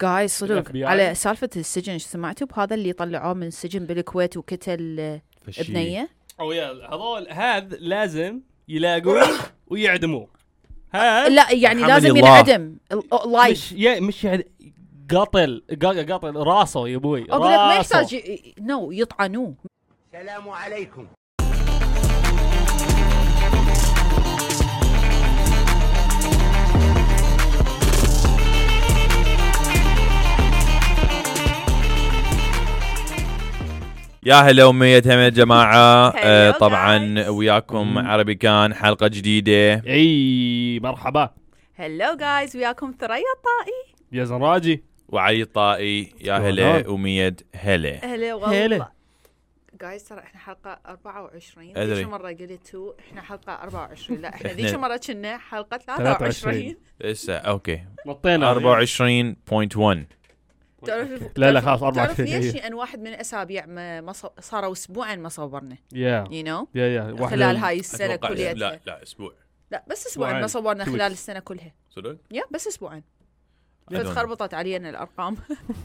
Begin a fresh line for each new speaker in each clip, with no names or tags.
جايز صدق
FBI.
على سالفه السجن شو سمعتوا بهذا اللي طلعوه من السجن بالكويت وكتل آه،
فشي.
ابنيه
او يا هذول هذا لازم يلاقوه ويعدموه هذا
لا يعني
الحمد
لازم
لله.
ينعدم طيب. ال- لايف
مش يا مش يعني قتل ق- قتل راسه يا ابوي
اقول لك ما
راسه.
يحتاج ي- نو يطعنوه
السلام عليكم
يا هلا ومية يا جماعة آه،
Hello,
طبعا
guys.
وياكم
مم.
عربي كان حلقة جديدة
اي مرحبا
هلو جايز وياكم ثريا الطائي
يا زراجي
وعلي الطائي يا
شلونك؟
هلا ومية هلا
هلا
هلا.
والله جايز ترى احنا حلقه 24
أدري.
ذيك مره قلت هو احنا حلقه 24 لا احنا
إحنا-
ذيك مره كنا حلقه
23.
23
لسه اوكي
نطينا
24.1
تعرف
لا لا خلاص
تعرف
24
ليش
إيه.
لان واحد من اسابيع ما, ما ص- صاروا اسبوعا ما صورنا
يا
يو نو
يا يا واحدة
خلال
من-
هاي السنه
أتوقع لا
كليتها
لا اسبوع
لا بس اسبوعين
أسبوعين.
ما صورنا
Two
خلال
weeks.
السنه كلها
صدق؟
يا بس اسبوعين
I don't know.
فتخربطت علينا الارقام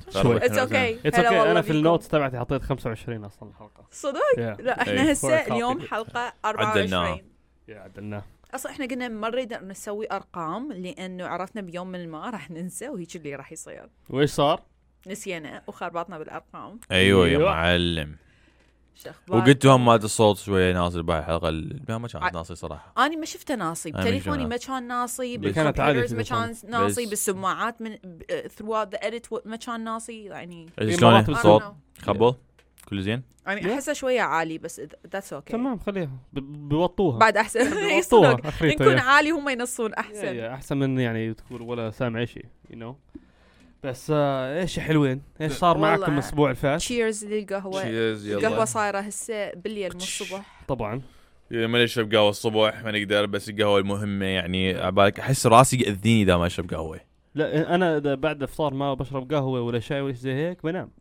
شوي.
اتس اوكي
اتس اوكي انا في النوتس تبعتي حطيت 25 اصلا الحلقه
صدق
يا
لا
إيه.
احنا هسه
Forecast.
اليوم حلقه
عدلناها.
24
يا عدلناه
اصلا احنا قلنا ما نريد إن نسوي ارقام لانه عرفنا بيوم من ما راح ننسى وهيك اللي راح يصير
وايش صار؟
نسينا وخربطنا بالارقام
ايوه يا
أيوة.
معلم
شو أخبار؟
وقلتوا هم مالت الصوت شوي ناصر بهاي الحلقة ال- ما كانت ناصر صراحة
انا ما شفته ناصي
أنا ما
بتليفوني
شفته.
ما كان ناصي
بس-
كانت عادي
بالكمبيوترز ما كان ناصي
بس-
بالسماعات من ثرو ذا اديت ما كان ناصي يعني
إيش
إيه،
شلونه
مرات بالصوت.
الصوت
I don't know.
خبل كله زين
يعني احسه شويه عالي بس ذاتس اوكي
تمام خليها ب- بيوطوها
بعد احسن إي
بيوطوها
صدق
عفريته
نكون
يا.
عالي هم ينصون
يا-
احسن
يا، احسن إيه، من يعني تقول ولا سامع شيء يو نو بس آه، ايش يا حلوين ايش صار
والله.
معكم الاسبوع اللي فات
تشيرز للقهوه القهوه صايره هسه بالليل مو الصبح
طبعا
ما اشرب قهوه الصبح ما نقدر بس القهوه المهمه يعني عبالك احس راسي ياذيني اذا ما اشرب قهوه
لا انا اذا بعد الافطار ما بشرب قهوه ولا شاي ولا شيء زي هيك بنام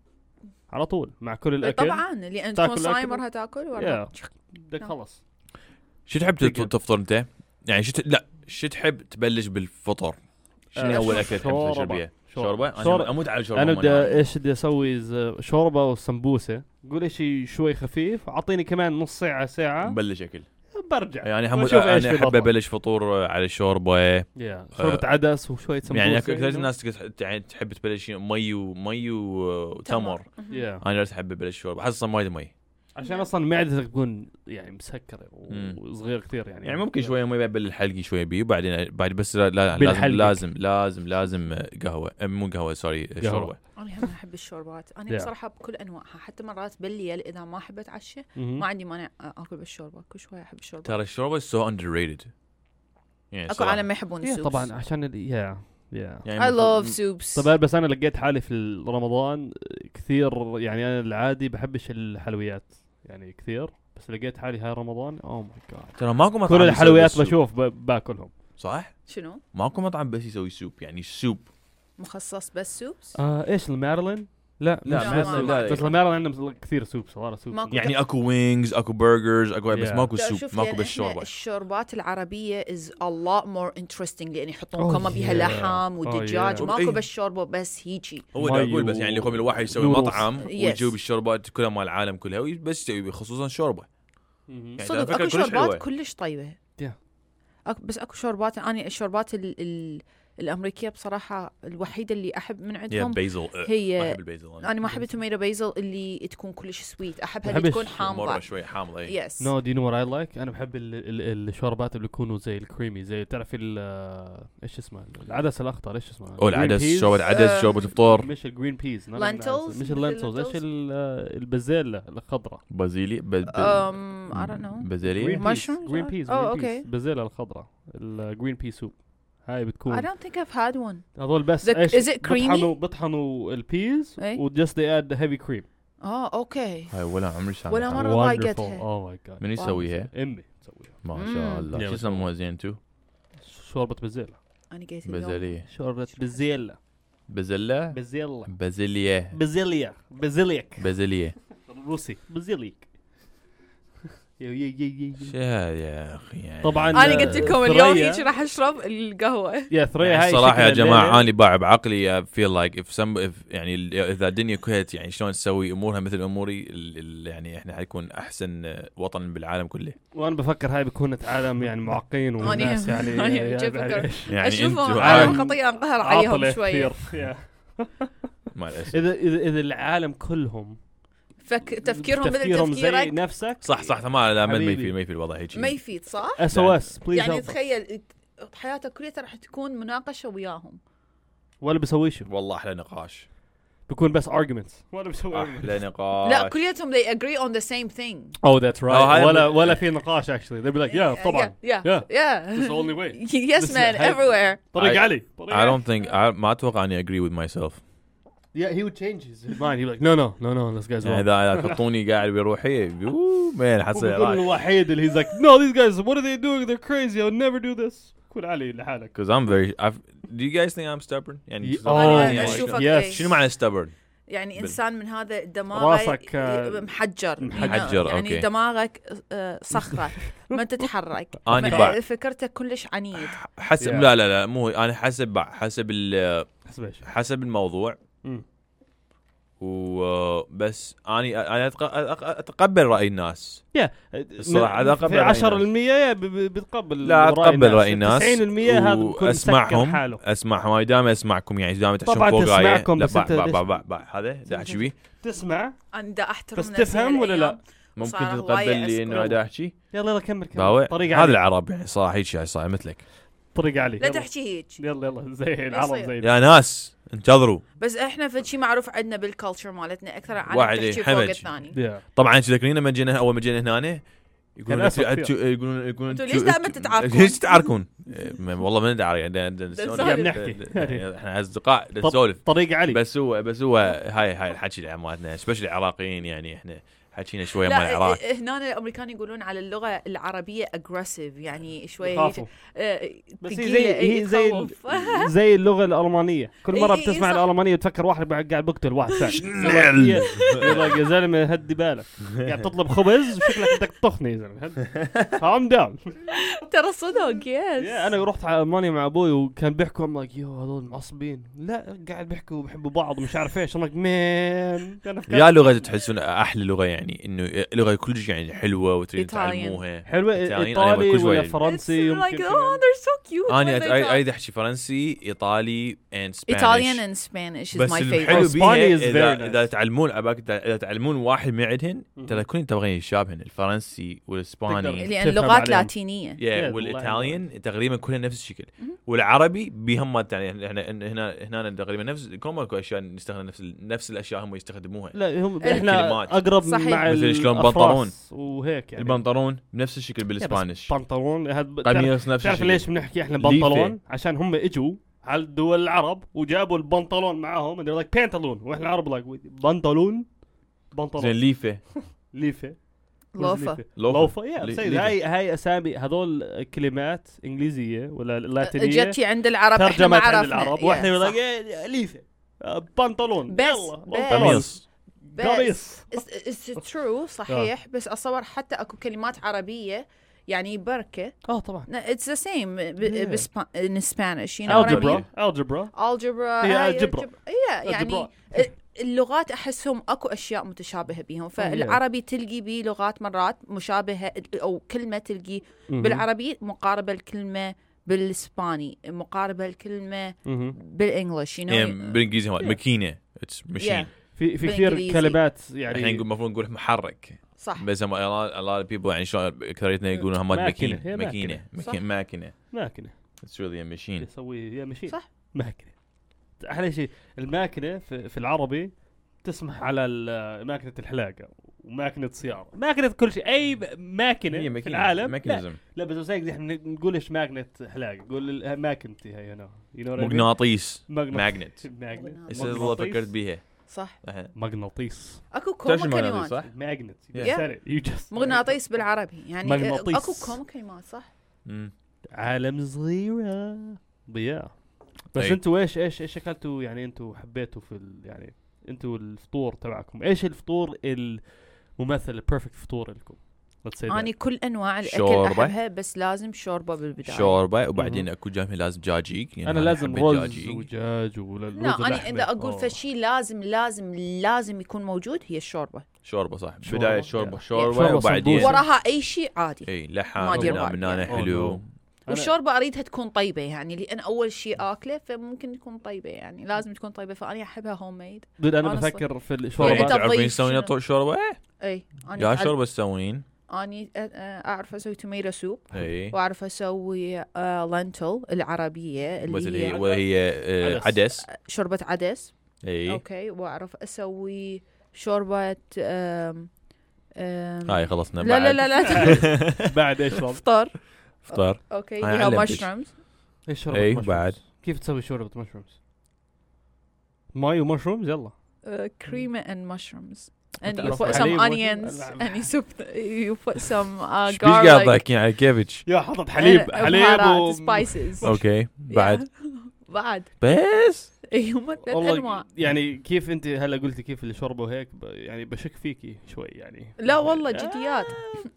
على طول مع كل الاكل
طبعا لان
تاكل
تكون
أكل.
صايم مرها تاكل ورا
يا بدك خلص
شو تحب
تقدر.
تط- تفطر انت؟ يعني شو ت- لا شو تحب تبلش بالفطر؟ شنو
آه،
اول اكل تحب تشرب
شوربة.
بيها؟ شوربه؟
شوربة.
انا
شوربة.
اموت على الشوربه
انا
من
بدي
هاي.
ايش بدي اسوي ز- شوربه وسمبوسه قول شيء شوي خفيف اعطيني كمان نص ساعه ساعه
مبلش اكل
برجع
يعني هم
وأشوف إيش
انا
في
احب
البطن.
ابلش فطور على الشوربه
يا شوربه عدس وشويه سمبوسه
يعني اكثر
إنه-
الناس تقت- يعني تحب تبلش مي ومي وتمر
يا
انا لا احب ابلش شوربه حاسس صار وايد مي
عشان اصلا معدتك تكون يعني مسكره
مم.
وصغير كثير يعني
يعني ممكن شويه مي بعد الحلقي شويه بيه وبعدين بعد بس لا لا لازم
بالحلقي.
لازم لازم لازم قهوه أم مو قهوه سوري شوربه
انا هم احب الشوربات
Yeah.
انا بصراحه بكل انواعها حتى مرات بالليل اذا ما احب اتعشى
مم.
ما عندي مانع اكل بالشوربه كل شوي احب الشوربه
ترى الشوربه سو اندر ريتد يعني
اكو عالم ما يحبون
يا
السوبس
طبعا إيه، عشان ال- يا يا
I love soups
طبعا بس انا لقيت حالي في ال- رمضان كثير يعني انا العادي بحبش الحلويات يعني كثير بس لقيت حالي هاي رمضان اوه ماي جاد
ترى ماكو مطعم
كل
يسوي
الحلويات
بالسوب،
بشوف ب- باكلهم
صح؟
شنو
ماكو مطعم بس يسوي سوب يعني سوب
مخصص بس سوبس
آه ايش المارلين لا
لا،
مش
ما-
بس-
لا،
لا.
بس المارلين عندهم كثير سوب صار سوب
ماكو.
يعني اكو وينجز اكو برجرز اكو بس
Yeah.
ماكو
تعرف
سوب
شوف،
ماكو
يعني
بس
إحنا
شوربه
الشوربات العربيه از a lot more interesting لان يحطون
Oh
كم بيها
yeah.
لحم
Oh
ودجاج
yeah.
إيه.
ماكو بس شوربه بس هيجي
هو ده
مي
اقول بس
و-
يعني يقوم الواحد يسوي
نورس.
مطعم ويجيب
Yes.
الشوربات كلها مال العالم كلها وي- بس يسوي خصوصا شوربه يعني ترى
صدق
فكرة
اكو
كلش حلوة.
شوربات كلش طيبه
Yeah.
أك بس اكو شوربات انا الشوربات ال ال الامريكيه بصراحه الوحيده اللي احب من
يا
عندهم
بيزل أه،
هي-
ما احب البيزل انا
انا ما احب التوميتو بيزل اللي تكون كلش سويت احبها اللي
بحبش
تكون
مره
حامضه
شوي إيه. حامضه اي
يس
نو دي نو اي لايك انا بحب ال- ال- الشوربات اللي بيكونوا زي الكريمي زي تعرف ال- آه، ايش اسمه العدس الاخضر ايش اسمه
او
Green
العدس
peas؟
شوربه عدس
أم،
شوربه فطور
مش الجرين بيز
Lentils؟
مش اللانتلز ايش
اللانتلز؟
ال- آه، البزيلة الخضراء
بازيلي ب- ب-
أم، um، I don't know.
بازيلي
Green- Mushrooms
جرين
or-
بيز
Oh, okay.
بزيلة الخضراء الجرين بي سوب هاي
I
بتكون
don't think I've had one
هذول بس
The-
ايش
is it creamy?
بطحنوا بطحنوا البيز
إيه.
وجست ذي اد هيفي كريم
اه اوكي
هاي ولا عمري سامع
ولا
عنها.
مرة ما لقيتها.
اوه ماي جاد
من يسويها؟
امي تسويها
ما شاء
مم.
الله
يا
شو
بس-
يسموها زينتو؟
شوربة بزيلة
انا قلت اليوم
بازيليه
شوربة بزيلة
بازيلا
بزيلة
بازيليه
بزيليا بزيليك
بازيليه
روسي بزيليك يا- يا- يا- يا- يا.
شا يا اخي يعني
طبعا
انا قلت لكم اليوم
ثريا- يعني
هيك راح اشرب القهوه
يا ثريا هاي
الصراحه يعني يا
شكلها
جماعه
الليلة-
انا باع بعقلي I feel like if some if يعني ال- اذا الدنيا كويت يعني شلون تسوي امورها مثل اموري ال- ال- يعني احنا حيكون احسن آه، وطن بالعالم كله
وانا بفكر هاي بيكون عالم يعني معقين والناس يعني
أنا جاي
يعني-
بفكر.
يعني
اشوفهم
انتوا
عالم
عالم
عاد-
خطيه انقهر
عاطلة
عليهم شوي
كثير. يا.
مع الاسف
اذا اذا اذا العالم كلهم
فك... تفكيرهم مثل
تفكيرهم زي
تفكيرك
نفسك
صح صح ما لا ما ما
حبيبي.
يفي ما يفي الوضع هيك
ما يفيد صح؟
اس او اس بليز
يعني
help.
تخيل حياتك كلها راح تكون مناقشه وياهم
ولا بسوي شيء
والله احلى نقاش
بيكون بس arguments ولا
آه.
بسوي arguments
احلى
آه.
نقاش
لا كليتهم they agree on the same thing
oh that's
هاي-
ولا ولا في نقاش actually they'll be like yeah طبعا
yeah
Yeah.
yeah, yeah.
It's the only way.
yes
This is
man
how-
everywhere
طريق
I-
علي طريق
I
علي
don't think I, ما اتوقع اني agree with myself
yeah he would change his mind he'd be like no no no no this guy's
يعني
wrong
اذا إذا تحطوني قاعد بروحي يعني يوه، مان حصل
وبيكون
عراك
الوحيد اللي he's like no these guys what are they doing they're crazy I would never do this كل علي لحالك
Because I'm very I've, do you guys think I'm stubborn يعني
Oh
أنا
my
أشوفك
God.
إيه.
Yes.
شنو معنى stubborn
يعني
بال-
انسان من هذا دماغه
راسك، آه،
محجر
محجر،
يعني
أوكي.
دماغك آه، صخره ما تتحرك
أنا
فك-
بعد.
فكرتك كلش عنيد
حسب
Yeah.
لا لا لا مو انا حسب حسب ال-
حسب ايش
حسب الموضوع
مم.
وبس اني انا أتق- أتق- اتقبل راي الناس
يا
الصراحة هذا أقبل
في
رأي
10% يا ب- ب- بتقبل
لا
رأي
اتقبل راي الناس
90% هذا بيكون مسكر
واسمعهم
حاله
اسمعهم انا دائما اسمعكم يعني دائما تحشون
طبعاً
فوق رايي
تسمعكم،
لا
بس
بع-
أنت
بع-
ليش-
بع- بع- بع- هذا دا احكي بيه
تسمع
انا دا احترم
بس
نفسي يعني
تفهم ولا لا؟
هالأيام.
ممكن
صار
تتقبل
هواية
لي انه
أسكت.
دا احكي
يلا يلا كمل كمل
باوع
طريق
هذا
علي
العرب يعني صراحه هيك شيء صاير مثلك
طريق علي
لا
يلا.
تحكي هيك
يلا يلا زي العرب
يصير.
زي
يا ناس انتظروا
بس احنا في شيء معروف عندنا بالكالتشر مالتنا اكثر عن
واحد
تحكي فوق
حمج.
الثاني
يا.
طبعا تذكرين لما جينا اول ما جينا هنا يقولون
كان أسوأ
أنتوا-
كثير.
أنتوا- يقولون يقولون
أنتوا
أنتوا-
ليش دائما
أنتوا-
تتعاركون؟
ليش تتعاركون؟ إيه، ما- والله ما ندري يعني
نسولف.
بنحكي.
احنا اصدقاء
طب-
نسولف
طريق علي
بس هو بس هو هاي هاي الحكي اللي مالتنا سبيشلي العراقيين يعني احنا حكينا شويه مال
لا
العراق
اه- اه- هنا الامريكان يقولون على اللغه العربيه اجريسيف يعني شوي
يخافوا.
اه،
بس هي
ثقيلة،
زي
اي،
هي زي
تخوف.
ال- زي اللغه الالمانيه كل مره
إي- إي- إي،
بتسمع
إيه، صح.
الالمانيه بتفكر واحد قاعد قاعد بقتل واحد ثاني يا- يلا يا زلمه هدي بالك قاعد تطلب خبز وشكلك بدك تطخني يا زلمه كام داون
ترى صدق يس
انا رحت على المانيا مع ابوي وكان بيحكوا ام لايك يو هذول معصبين لا قاعد بيحكوا وبيحبوا بعض ومش عارف ايش ام لايك مان
إيه.
أنا في-
يا لغه تحسون احلى لغه يعني انه لغه كلش يعني حلوه وتريد
Italian.
تعلموها
حلوه
إيطاليان، أنا
ايطالي
كل شوي
ولا
يعني.
فرنسي يمكن
like
كمان.
oh they're so cute Oh
انا
when they
أت-
talk.
اريد احكي فرنسي ايطالي اند سبانيش
Italian and Spanish is
بس
my
الحلو
favorite
بيها
Spanish is
اذا
very nice.
اذا تعلمون اباك اذا تعلمون واحد من عندهن ترى كلهم تبغين يشابهن الفرنسي
تقدر.
والاسباني
لان
تفهم
لغات
عليهم.
لاتينيه
يا
Yeah,
والايطاليان تقريبا كلهم نفس الشكل والعربي بهم ما يعني احنا هنا هنا تقريبا نفس كم اكو اشياء نستخدم نفس ال- نفس الاشياء هم يستخدموها
لا هم احنا
الكلمات.
اقرب
صحيح.
مع
مثل شلون
الأفراس
بنطلون.
وهيك يعني
البنطلون بنفس الشكل
يا بس
بالاسبانيش
بنطلون
طيب،
هاد- تعرف-
قميص نفس
تعرف
الشكل
ليش بنحكي احنا
ليفة.
بنطلون عشان هم اجوا على الدول العرب وجابوا البنطلون معاهم they're like بنطلون واحنا العرب like we- بنطلون
زين
بنطلون
ليفه
ليفه
لوفة.
لوفة.
لوفة يا
لي-
سيد،
ليفة.
هاي هاي اسامي هذول كلمات انجليزيه ولا لاتينيه
جتي عند العرب احنا ما
ترجمت عند
عرفنا
العرب
Yeah،
واحنا
صح.
like إيه، ليفه آه، بنطلون
بس-
يلا،
بس.
بنطلون.
قميص
بس.
قميص
It's- it's true صحيح بس اتصور حتى اكو كلمات عربيه يعني بركه
اه طبعا
No, it's the same ب-
Yeah.
بسبا- in Spanish you know what I mean
الجبرا الجبرا
algebra آه،
هي
هاي
algebra.
الجب- هي
algebra. Oh,
يعني اللغات احسهم اكو اشياء متشابهه بيهم فالعربي تلقي بيه لغات مرات مشابهه او كلمه تلقي
مهم.
بالعربي مقاربه الكلمه بالاسباني مقاربه الكلمه
مهم.
بالانجلش يو
يعني
نو
بالانجليزي هو ماكينه اتس ماشين
Yeah.
في في كثير
بالإنجليزي.
كلمات
احنا
يعني
نقول- المفروض نقول محرك
صح
بس هم a lot- a lot of people يعني شلون اكثريتنا يقولون هم
ماكينة.
ماكينه
هي
ماكينه
ماكينة.
ماكينة- ماكينه
ماكنه
It's really a machine
يسوي يا مشين
صح.
ماكنه احلى شيء الماكنه في, في العربي تسمح على ال- ماكنه الحلاقه وماكنه سياره ماكنه كل شيء اي ب- ماكنه
هي
في
ماكينة.
العالم لا,
ميكانيزم
لا بس بس هيك احنا نقولش ماكنه حلاقه نقول ال- ماكنتي هي هنا you know what I mean؟
مغناطيس
مغناط-
ماجنت
ماجنت.
بس والله فكرت بيها
صح
إحنا-
مغناطيس
اكو كوم
تعرف شو
كلمات
صح؟
ماجنت
Yeah.
مغناطيس بالعربي يعني
مغناطيس.
اكو كوم كلمات صح
مم.
عالم صغيره ضياء بس
أي.
انتوا ايش ايش ايش اكلتوا يعني انتوا حبيتوا في ال- يعني انتوا الفطور تبعكم ايش الفطور الممثل البيرفكت فطور لكم let's say that.
اني كل انواع الاكل
شوربة.
احبها بس لازم شوربه بالبدايه
شوربه وبعدين اكو جنبي لازم دجاجيك يعني
انا لازم
أحب
رز
الدجاجيك.
ودجاج ولازم
لا انا اذا اقول
آه.
فشي لازم لازم لازم يكون موجود هي الشوربه
شوربه صح
شوربة.
بدايه شوربه شوربه
شوربة
وبعدين
صندوق.
وراها اي شيء عادي
اي
ما
لحم
أدري
من
بعد
من هنا
يعني.
حلو
أوه، أنا-
والشوربه اريدها تكون طيبه يعني لان اول شيء اكله فممكن تكون طيبه يعني لازم تكون طيبه فاني احبها هوم ميد
دود انا
honestly.
بفكر في
يعني
أنت
الشوربه
تعرفين
تضيف
تسوين
شنو؟ يعني
طو- شوربه؟
اي انا
يا
أعرف-
شوربه تسوين؟
اني أ- أ- اعرف اسوي توميتو سوب
اي
واعرف اسوي لنتل العربيه
بس
آه، اللي
اللي هي
هي
وهي آه، عدس
شوربه عدس
اي
اوكي واعرف اسوي شوربه أم أم
هاي خلصنا
لا لا
بعد.
لا لا
بعد ايش رز؟
افطر
فطار
اوكي
هاي
ليها
علمتك.
مشرومز
ايش شوربه
إي،
mushrooms؟
بعد.
كيف تسوي شوربه مشرومز؟ ماي ومشرومز يلا
Uh, كريمه اند مشرومز
أنت
and you
عرفت
put
علي
some
وأنت-
onions
ألعب.
and you, soup, you put some uh,
ايش بيش
garlic
قاطعك يعني كيفج
يا حطت حليب
إيه،
حليب
بهارات
و-
سبايسز
اوكي بعد
بعد
بس
اي هم ثلاث انواع
والله يعني كيف انت هلا قلتي كيف الشوربه وهيك ب- يعني بشك فيكي شوي يعني آه.
لا والله جديات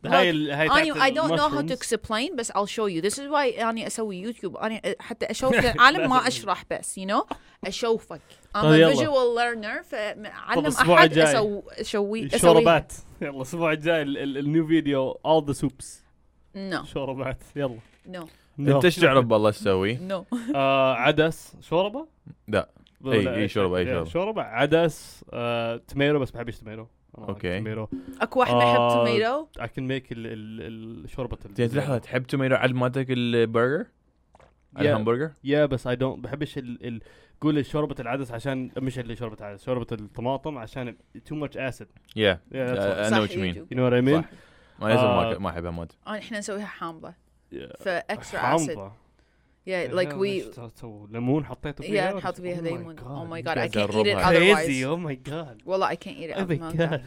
هاي ال- هاي
اني I don't know how to
تكسب
explain بس I'll show you this is why يعني اني اسوي يوتيوب اني حتى اشوف للعالم ما
لازم.
اشرح بس you know اشوفك I'm
طيب يلا.
a visual learner فعلم
الأسبوع
احد
الجاي.
اسوي اسوي
الشوربات يلا الاسبوع الجاي ال- ال- النيو فيديو all the soups
نو
شوربات يلا
نو
انت ايش تعرف بالله تسوي؟
نو
آه، عدس شوربه؟
لا.
ولا
إي- إي،
إيش؟
شوربة، إي،
يا،
شوربة.
شوربه عدس آه، توميرو بس ما بحبش توميرو أنا
أوكي.
توميرو
اكو واحد يحب
آه.
توميتو
I can make ال- ال- ال- شوربه ال-
زين لحظه تحب توميرو على مالتك البرجر؟ على
Yeah.
الهمبرجر؟
يا بس اي دونت بحبش ال ال قول شوربه العدس عشان مش اللي شوربه العدس شوربه الطماطم عشان تو ماتش اسيد
يا
يو
انا وش مين؟
نو وات اي مين
صح. ما لازم
آه.
ما- ما احبها مود
احنا نسويها حامضه
Yeah.
فاكسترا اسيد yeah like we
ليمون حطيته
Yeah, نحط فيها ليمون. Oh my god, I
بدي
can't eat it
أجربها.
كريزي
otherwise.
او ماي جاد
والله I can't eat it. ما
او ماي
أقدر.
جاد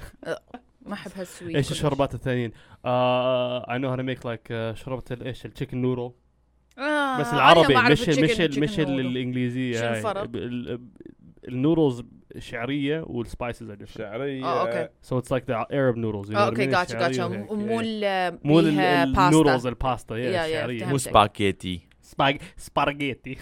ما احب هالسويت.
ايش الشربات الثانيين؟ Uh, اي نو هاو ميك لايك شربه uh, ال- ايش التشيكن نودل
آه
بس
أنا ما
العربي
أعرف
مش ال
chicken-
مش ال
chicken
مش ال-
noodle.
الانجليزيه
شو
هاي.
الفرق؟
ب- ال- ب- النودلز شعريه والسبايسز are different.
شعريه
آه، أوكي.
So it's like the Arab noodles. You know
آه،
what I
اوكي
mean?
جاتشا
الشعرية
جاتشا
وهيك.
مو ال
مو ال-
بيها
ال-
باستا.
النودلز الباستا
uh, Yeah,
يا
yeah,
الشعريه
مو
فهمتك.
سباجيتي
سباج سباجيتي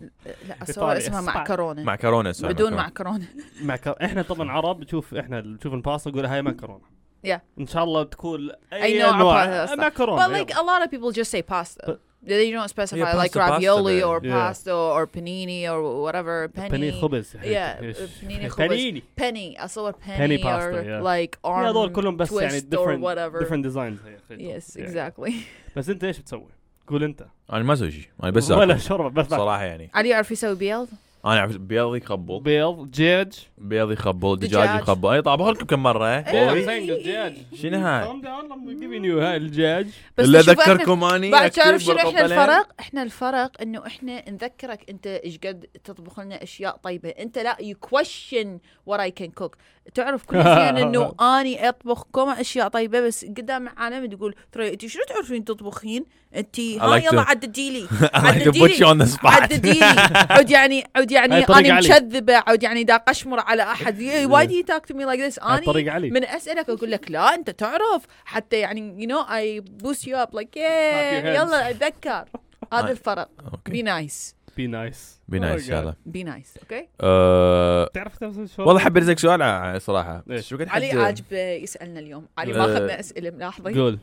لا
إيطاليا.
اصور اسمها
سباك.
معكرونه
معكرونه سوري،
بدون
معكرونة.
Oh,
معكرونه
معكر... احنا طبعا عرب نشوف احنا نشوف الباستا نقول هاي مكرونه
Yeah.
ان شاء الله تكون آه، اي,
أي نوع
انواع
pasta.
مكرونه
but like um, a lot of people just say pasta
But-
they don't specify
Yeah,
like
pasta, pasta
ravioli
then.
or
Yeah.
pasta or panini or whatever
بني
penny
خبز
يعني Yeah,
إيش؟
بنيني خبز.
بنيني
penny اصور
Penny
penny,
pasta,
or
yeah.
like arm
يا هذول كلهم بس يعني
twist or
different
whatever
different designs يا أخي.
yes
Yeah.
exactly
بس انت ايش بتسوي؟ قول انت
انا ما اسوي شيء انا بس
ولا
آكل.
شرب بس آكل.
صراحه يعني
علي يعرف يسوي بيض
انا اعرف بيض يخبل
بيض دجاج
بيض يخبل دجاج
دجاج.
يخبل اي طابخ لكم كم إيه؟ مره
I'm saying دجاج
شنو هاي؟
calm down I'm giving you هاي الدجاج
بس
اللي
شوف إحنا-
اذكركم اني
بعد
أكتب
تعرف شنو احنا
بالقبلين.
الفرق؟ احنا الفرق انه احنا نذكرك انت ايش قد تطبخ لنا اشياء طيبه، انت لا يو كويشن وات اي كان كوك، تعرف كل يعني زين انه اني اطبخكم اشياء طيبه بس قدام عالم تقول ترى انت شنو تعرفين تطبخين؟ انت ها
like
يلا
to-
عددي لي
I like to put you on the spot.
عددي لي عود يعني عود يعني
هاي طريق
انا
علي.
مكذبه عود يعني دا قشمر على إيه، احد واي دو يو توك تو مي لايك ذس
هاي
اني
طريق علي
من اسالك اقول لك لا انت تعرف حتى يعني يو نو اي بوست يو اب لايك
Clap your hands.
يلا اتذكر هذا الفرق بي
اوكي
نايس
بي نايس
بي نايس ان شاء الله
بي نايس اوكي
أه،
تعرف تمثل شو
والله حبيت اسالك سؤال ع- صراحه
إيش؟
شو قد
علي
حد
عاجبه يسالنا اليوم علي
أه.
آه،
ما اخذنا اسئله ملاحظين
قول اسال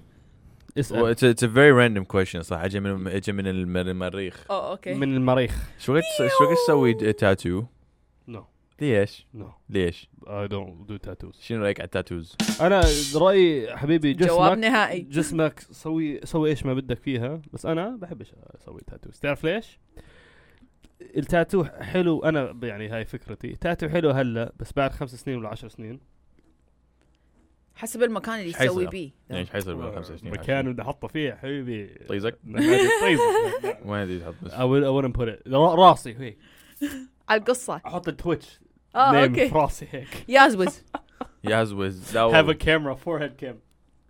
It's a, it's a very random question صراحه اجى من اجى من الم- المريخ
اوه اوكي
من المريخ
شو قد شو قد تسوي تاتو؟
نو
ليش؟
نو
ليش؟
اي دونت دو تاتوز
شنو رايك على التاتوز؟
انا رايي حبيبي جسمك
جواب نهائي.
جسمك سوي سوي ايش ما بدك فيها بس انا بحبش اسوي تاتوز تعرف ليش التاتو حلو انا ب- يعني هاي فكرتي تاتو حلو هلا بس بعد خمس سنين ولا عشر سنين
حسب المكان اللي
إيش حيصير؟
تسوي بيه
يعني ايش حيصير بعد 25
مكان اللي احطه فيه حبيبي
طيزك؟
طيزك
وين ادري تحط بس
اول اول put it را- راسي هيك
على القصه
احط التويتش
اه
name في
اوكي
راسي هيك
يازوز
يازوز
have a camera forehead cam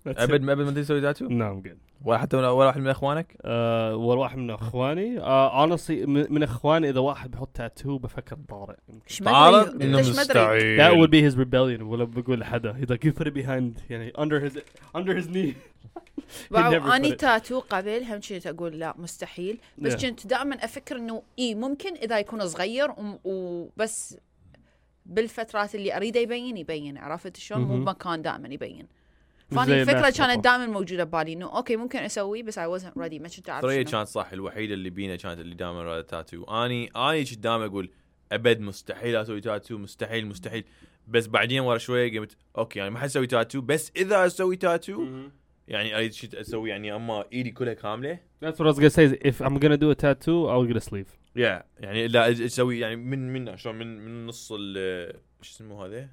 That's it.
ابد ما ابد ما تسوي تاتو؟
No, I'm good.
ولا حتى ولا ولا واحد من اخوانك
آه وواحد من اخواني آه honestly من, من اخواني اذا واحد بيحط تاتو بفكر طارئ
ايش ما أدري-
إنه
إيش ما أدري.
That would be his rebellion ولا بقول لحدا he's like you put it behind يعني under his under his knee never put
واو، اني
it.
تاتو قبل هم كنت اقول لا مستحيل بس
Yeah.
كنت دائما افكر انه اي ممكن اذا يكون صغير وم- وبس بالفترات اللي اريده يبين يبين عرفت شلون مو
مهم.
بمكان دائما يبين
مش
فاني
زي
الفكره
الناس
كانت
بالضبط.
دائما موجوده ببالي انه اوكي ممكن اسويه بس اي wasn't ريدي ما كنت اعرف
ثريا
شنو.
كانت صح الوحيده اللي بينا كانت اللي دائما رادة تاتو اني اني كنت دائما اقول ابد مستحيل اسوي تاتو مستحيل مستحيل بس بعدين ورا شويه قمت اوكي يعني ما حسوي تاتو بس اذا اسوي تاتو
Mhm.
يعني اريد شيء اسوي يعني اما ايدي كلها كامله
That's what I was gonna say is if I'm gonna do a tattoo I'll get a sleeve
يا يعني لا أز- اسوي يعني من من شلون من من نص ال شو اسمه هذا؟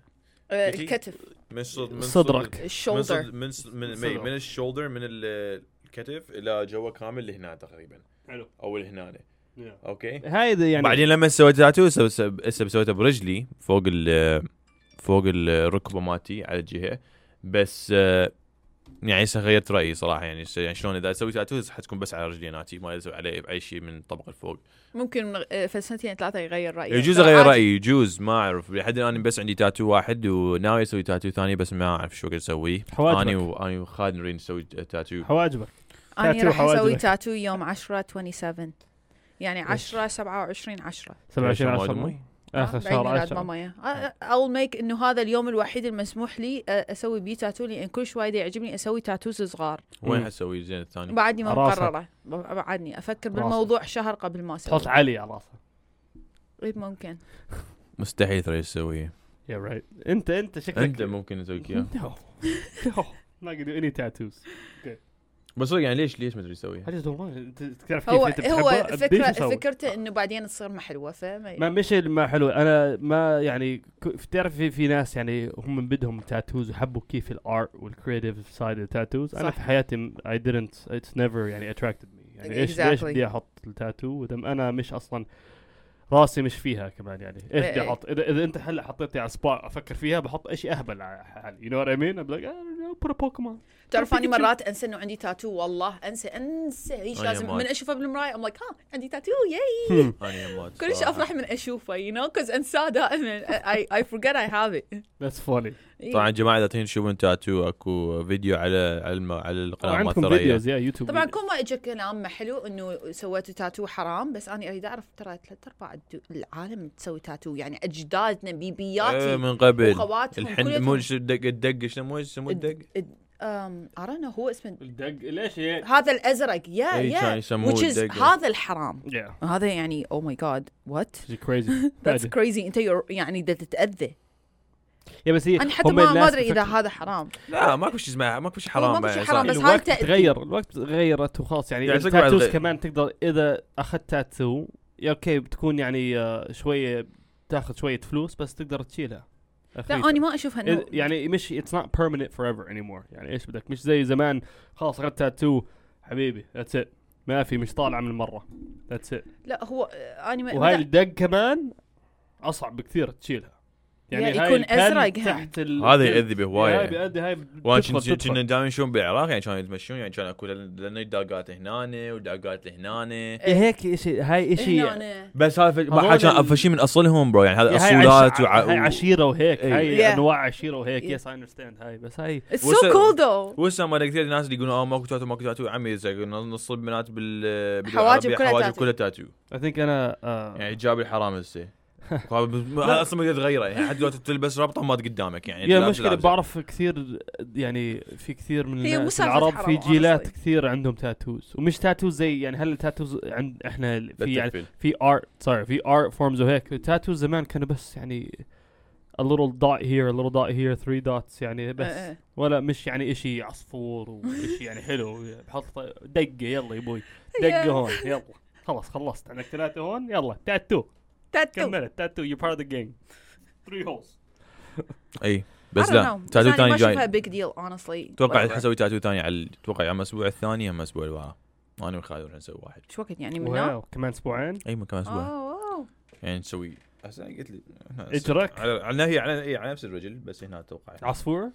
آه،
كيكي؟
الكتف
من صد من
صدرك.
من صد
الشولدر
من صد من
صدرك.
من, من الشولدر من ال- الكتف الى جوا كامل لهنا تقريبا
حلو.
او لهنا اوكي
هاي ذا يعني
بعدين لما سويت تاتو سو- سو- هسه سويته برجلي فوق ال فوق الركبه مالتي على الجهه بس آه، يعني هسه غيرت رايي صراحه يعني هسه يعني شلون اذا اسوي تاتو هسه حتكون بس على رجلي ناتي ما اسوي عليه باي شيء من الطبقه الفوق
ممكن من- آه، فسنتين ثلاثه يغير آه، رايه
يجوز
ترى
اغير
يعني عادي.
رايي يجوز ما اعرف لحد الان بس عندي تاتو واحد وناوي اسوي تاتو ثاني بس ما اعرف شو قد اسويه
حواجبك.
اني واني وخالد نريد نسوي تاتو
حواجبك
اني
تاتو
راح اسوي
حواجبك.
تاتو يوم 10 27 يعني 10 27 10
27
عشان موعد
10
أمي؟
اخر
بعيد
شهر
ميلاد
10
مامايا اول ميك انه هذا اليوم الوحيد المسموح لي أ- اسوي بيه تاتو لان كل شوي دا يعجبني اسوي تاتوز صغار
وين
مم.
حسوي زين الثاني؟
بعدني ما
إيه. راسك.
مقرره بعدني افكر بالموضوع شهر قبل ما اسوي
تحط علي على راسه
إي ممكن
مستحيل ترى تسويه
يا رايت انت انت شكلك
انت ممكن تسوي اياه
No. No. I'm not gonna do any tattoos.
بس صدق يعني ليش ليش ما تدري تسويه؟
I just don't want it. انت تعرف كيف
هو
انت
هو
بتحبها؟ قديش
فكره
أسوي؟
فكرته انه بعدين تصير محلوه فما
آه. ما مش ما حلو انا ما يعني ك- تعرف في, في ناس يعني هم من بدهم تاتوز وحبوا كيف الارت والكريتيف سايد التاتوز انا
صح.
في حياتي م- I didn't it's never يعني attracted me يعني ايش ليش
Exactly.
بدي احط التاتو ودم انا مش اصلا راسي مش فيها كمان يعني ايش بدي
إيه.
احط اذا اذا انت هلا حطيتني على سبوت افكر فيها بحط شيء اهبل على حالي you know what I mean I'm like I don't know put a Pokemon
تعرف اني مرات انسى انه عندي تاتو والله انسى انسى ايش
آه،
أنا
لازم
مال.
من اشوفه بالمرايه ام لايك ها "آه، عندي تاتو ياي
أنا يموت
كلش
صراحة.
افرح من اشوفه يو نو كوز انساه دائما اي اي فورجيت اي هاف ات
that's funny إيه.
طبعا جماعه اذا تين تشوفون تاتو اكو فيديو على على, الم... على القناه مال
عندكم
ثريا
فيديوز يا يوتيوب
طبعا كون ما اجى كلام حلو انه سويتوا تاتو حرام بس انا اريد اعرف ترى ثلاث ارباع الدو- العالم تسوي تاتو يعني اجدادنا
آه،
بيبياتي
من قبل
وخواتهم
الحين مو شو الدق الدق شنو مو يسموه الدق
ارانا هو اسمه
الدق ليش هي
هذا الازرق يا
إيه، كان
يا
يسموه
which is
الدق.
هذا الحرام
yeah
هذا يعني او ماي جاد وات
she's crazy
ذاتس
بعد.
كريزي انت you're- يعني دا تتاذى
يا بس هي
انا حتى
هم
ما ما
الناس
ادري اذا
بفكروا-
هذا حرام
لا ماكو شيء اسمه ماكو شيء حرام
إيه، ماكو
بعد،
شيء
صح.
حرام، بس هاي
الوقت
التأ-
تغير الوقت تغيرت وخلاص يعني,
يعني
يعني
صدق بعد
التاتوز
غير.
كمان تقدر اذا اخذت تاتو يا اوكي بتكون يعني آه، شويه تاخذ شويه فلوس بس تقدر تشيلها
لا
أخيراً.
انا ما اشوفها انه
إذ- يعني مش اتس نوت بيرمننت فور ايفر اني مور يعني ايش بدك مش زي زمان خلاص اخذت تاتو حبيبي ذاتس ات ما في مش طالعه من مره ذاتس ات
لا هو آه، انا ما-
وهاي
لا،
الدق كمان اصعب بكثير تشيلها
يعني
هاي
يكون
الكلب
أزرق هم.
تحت ال-
هذا يأذي به
هاي
هوايه
بيأدي هاي
وانا
بتدخل-
كنت-
تدخل.
كنا دائما نشوف بالعراق يعني كانوا يتمشون يعني كان اكو لأن- لانه داقات هنا وداقات هنا
إيه هيك شيء هاي شيء
هنا أنا-
بس هذا
هذول
كان
ال-
أفشي من اصلهم برو يعني هذا
يا هاي
اصولات
عش- هاي
وع...
عشيره وهيك
إيه.
هاي
Yeah.
انواع عشيره وهيك
Yeah.
يس اي اندرستاند هاي بس هاي
It's so
وس-
cool though
وهسه ما كثير ناس اللي يقولون اه ماكو تاتو ماكو تاتو عمي إذا نص البنات بال
حواجب
بالعربية
كلها
حواجب
تاتو.
كلها تاتو
اي ثينك انا آه،
يعني جاب الحرام هسه قال بس- ما-
لا.
اصلا ما تقدر تغيره يعني حتى لو تلبس ربطه ما قدامك يعني
يا
تلابس-
مشكلة
تلابسه.
بعرف كثير يعني في كثير من
هي مو
الناس
سالفة
العرب
حرام،
في جيلات
honestly.
كثير عندهم تاتوز ومش تاتوز زي يعني هل التاتوز عند احنا
لا
في يعني
تقفل.
في ارت سوري في ارت فورمز وهيك التاتوز زمان كانوا بس يعني a little dot here a little dot here three dots يعني بس
إيه.
ولا مش يعني اشي عصفور واشي يعني حلو بحط دقه يلا يا ابوي
Yeah.
دقه هون يلا خلاص خلصت عندك ثلاثه هون يلا تاتو
تاتو
كملت تاتو يو بارت ذا جيم 3 هولز
اي
I
بس
don't
لا
know.
تاتو
بس أنا
ثاني
ما اشوفها
جاي
بيج ديل honestly
اتوقع
Whatever.
حسوي تاتو ثاني على اتوقع يا اما الاسبوع الثاني يا اما الاسبوع اللي وراه انا وخالد راح نسوي واحد
شو وقت يعني من هنا؟
واو كمان اسبوعين
اي مكان اسبوع
آه، واو.
يعني نسوي هسه قلت لي هنا
اجرك
على على هي على, إي، على نفس الرجل بس هنا اتوقع
عصفور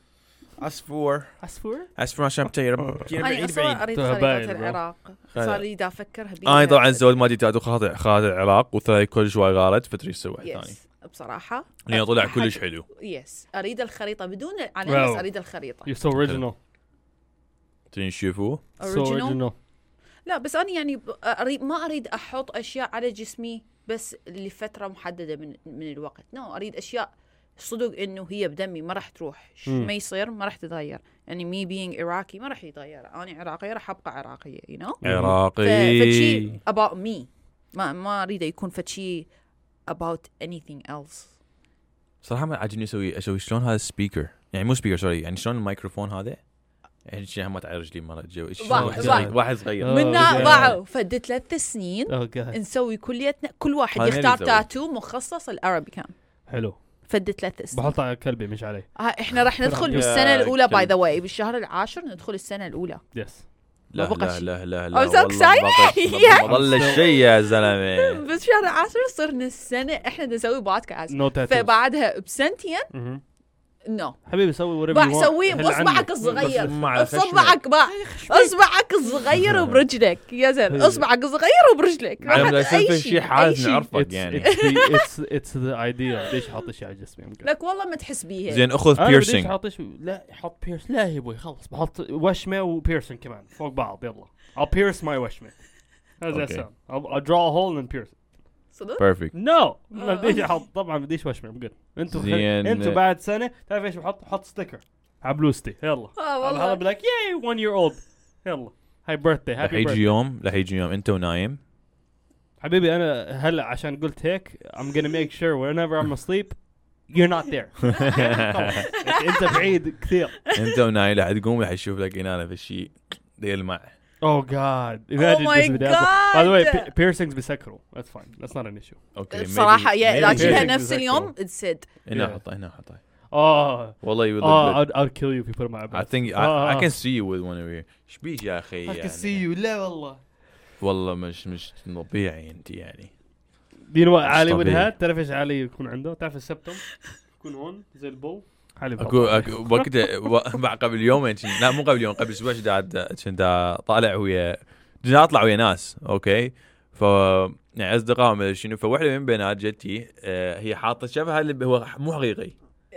عصفور
عصفور
عصفور عشان بتعرف
انا
بعيد
اصلا
بعيد
قريت
تهبايل
خريطه
بقى.
العراق صار لي دا افكرها بيها
انا طبعا زود ما ديت خاطر خاطر العراق وثاي كل شوي غلط فتري يصير واحد ثاني
يس بصراحه
لانه طلع كلش حلو
يس اريد الخريطه بدون انا
Wow.
بس اريد الخريطه
يو سو اوريجينال
ترين تشوفوه
سو
original
اوريجينال
لا بس انا يعني ب- أريد ما اريد احط اشياء على جسمي بس لفتره محدده من من الوقت نو no, اريد اشياء صدق انه هي بدمي ما راح تروح ش-
مم.
ما يصير ما راح تتغير يعني مي بينج عراقي ما راح يتغير انا عراقيه راح ابقى عراقيه يو نو
عراقي
طيب.
فشي about me ما ما اريد يكون فشي about anything else
صراحه ما عاجبني اسوي اسوي شلون هذا السبيكر يعني مو سبيكر سوري يعني شلون الميكروفون هذا يعني شي ما تعرف رجلي مره جو شلون
واحد-
واحد
واحد. أه.
صغير واحد صغير
آه،
من
بدي-
ضاعوا فد ثلاث سنين
اوه جاد
نسوي كليتنا كل واحد
هذا
يختار
نسوي.
تاتو مخصص العربي كان
حلو
فد ثلاث سنين
بحط على كلبي مش علي
آه، احنا راح ندخل
يا
بالسنه الاولى باي ذا
كلب.
واي بالشهر العاشر ندخل السنه الاولى
يس
لا
ما بقى
لا
شي.
لا لا
I'm
لا
so excited. Yeah.
والله شيء يا زلمه
بس شهر العاشر صرنا السنه احنا نسوي بودكاست
نو تاتو
فبعدها بسنتين نو
حبيبي سوي وريفي
راح سويه باصبعك الصغير
مع
اصبعك بقى اصبعك الصغير وبرجلك يا زلمه اصبعك صغير وبرجلك ما حد-
اي
أي
شيء
أي
حاز
شيء.
نعرفك يعني
اتس اتس ذا ايديا ليش حاط شيء على جسمي I'm good.
لك والله ما تحس بيها
زين اخذ
انا بيرسينج
بيرسينج
حاط ايش لا حط بيرس لا يا ابوي خلص بحط وشمه وبيرسينج كمان فوق بعض يلا I'll pierce my وشمه How's that
Okay.
sound? I'll, I'll draw a hole and pierce it.
صدق
بيرفكت
No! ما
Oh.
بديش احط طبعا بديش وشمه بقول انتوا
زين.
انتوا بعد سنه تعرف ايش بحط؟ بحط ستيكر على بلوستي يلا
اه
هذا
والله
بلاك ياي 1 year old يلا هاي بيرثدي
رح
هابي
يجي يوم رح يجي يوم انت ونايم
حبيبي انا هلا عشان قلت هيك I'm gonna make sure whenever I'm asleep you're not there انت بعيد كثير
انت ونايم رح تقوم رح يشوف لك انانه في شيء يلمع
Oh god.
Oh
Imagine
my
this with the apple. By the way,
God.
pi- piercings بيسكروا. That's fine. That's not an issue.
اوكي
بصراحه يا
maybe-
اذا
maybe-
تشيلها
Piercing
نفس
is
اليوم تسد
هنا
Yeah.
حطه هنا حطه
Oh,
والله you would
oh
look
I'd, I'd kill you if you put my
good. I
eyebrows.
think I, I can see you with one of your ايش بيك يا اخي
آه، I
يعني
can see you. لا والله.
والله مش مش طبيعي انت يعني
Do you know what
مش
علي would
طبيعي.
have? تعرف ايش علي يكون عنده؟ تعرف السبتم؟ يكون هون زي البول. علي
اكو
بطل.
اكو وقت و- بعد قبل يومين شن- لا مو قبل يوم قبل اسبوع شن قاعد كنت طالع ويا كنت اطلع ويا ناس اوكي ف يعني اصدقاء وما أدري شنو فواحده من بنات جتي آه، هي حاطه شبه هذا اللي هو مو حقيقي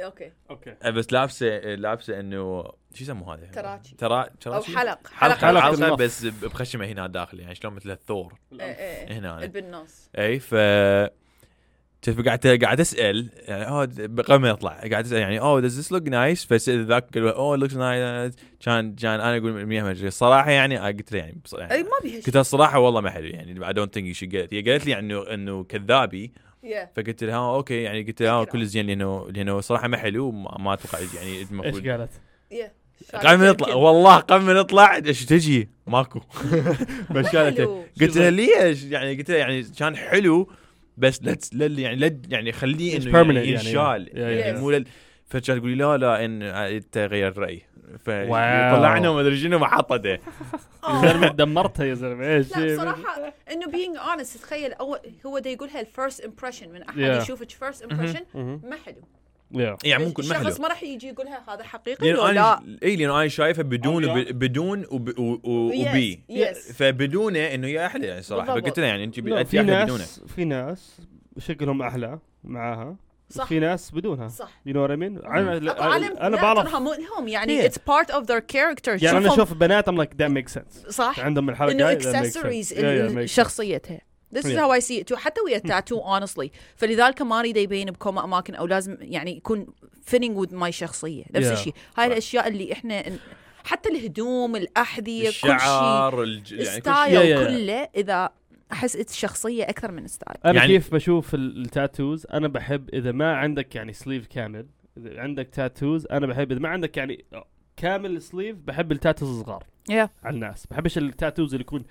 اوكي
اوكي.
آه، بس لابسه لابسه انه شو يسموه هذا؟
تراتشي.
ترا
او
تراتشي؟
حلق
حلقه
حلقة
حلقه,
بالنص.
بس بخشمه هنا داخل يعني شلون مثل الثور
إيه، إيه.
هنا
بالنص
اي إيه، ف شوف قاعد قاعد اسال يعني اوه د- قبل ما يطلع قاعد اسال يعني اوه does this look nice فسال ذاك قال اوه looks nice كان كان انا اقول 100 مجري الصراحه يعني أنا قلت له يعني, بص-
اي
يعني
ما بيها شيء
قلت لها الصراحه والله ما حلو يعني I don't think you should get it هي قالت لي انه انه كذابي
Yeah.
فقلت لها آه، اوكي يعني قلت لها آه، كل زين لانه لانه صراحه ما حلو ما ما اتوقع يعني
ايش
المفروض
قالت؟
قبل ما نطلع والله قبل ما نطلع ايش تجي ماكو بس كانت
حلو.
قلت لها ليش يعني قلت لها يعني كان حلو بس لا تس- لا- يعني لا يعني خليه
It's
انه
permanent
يعني
يعني.
ينشال
Yeah, yeah,
يعني
yeah.
مو لل- فكانت تقول لي لا لا ان انت غير راي
واو.
فطلعنا وما ادري شنو إيه، ما حطته
آه.
يا زلمه دمرتها يا زلمه ايش؟
لا صراحة انه being honest تخيل اول هو دا يقولها الفيرست امبريشن من احد
Yeah.
يشوفك فيرست امبريشن ما حلو
Yeah.
يعني ممكن ما حلو
الشخص ما راح يجي يقولها هذا حقيقي
لانه
ولا
انا
لا
اي لانه انا إيه، شايفه بدون
أو لا.
وب- بدون وب- و- و-
Yes,
وبي
yes.
فبدونه انه يا احلى يعني صراحه
بالضبط.
فقلت لها يعني انت ب-
لا،
انت
في
احلى بدونه
ناس في ناس شكلهم احلى معاها
صح.
في ناس بدونها
صح
You know what I mean? انا
اكو عالم
انا بعرف
هم يعني
Yeah.
اتس بارت اوف ذير كاركتر
يعني انا اشوف بنات ام لايك ذات ميك سنس
صح
عندهم الحركه
انه
هاي، that makes sense.
اكسسوارز
Yeah, yeah, makes sense.
شخصيتها This is
Yeah.
how I see it too. حتى ويا التاتو honestly فلذلك ما اريد يبين بكم اماكن او لازم يعني يكون fitting with my شخصيه نفس
Yeah.
الشيء هاي الاشياء اللي احنا حتى الهدوم الاحذيه كل شيء
الشعر الج... يعني كل شيء
الستايل
Yeah, yeah, yeah.
كله اذا احس it's شخصيه اكثر من ستايل
انا يعني
يعني-
كيف بشوف ال- التاتوز انا بحب اذا ما عندك يعني سليف كامل اذا عندك تاتوز انا بحب اذا ما عندك يعني كامل السليف بحب التاتوز الصغار
Yeah.
على الناس بحبش التاتوز اللي يكون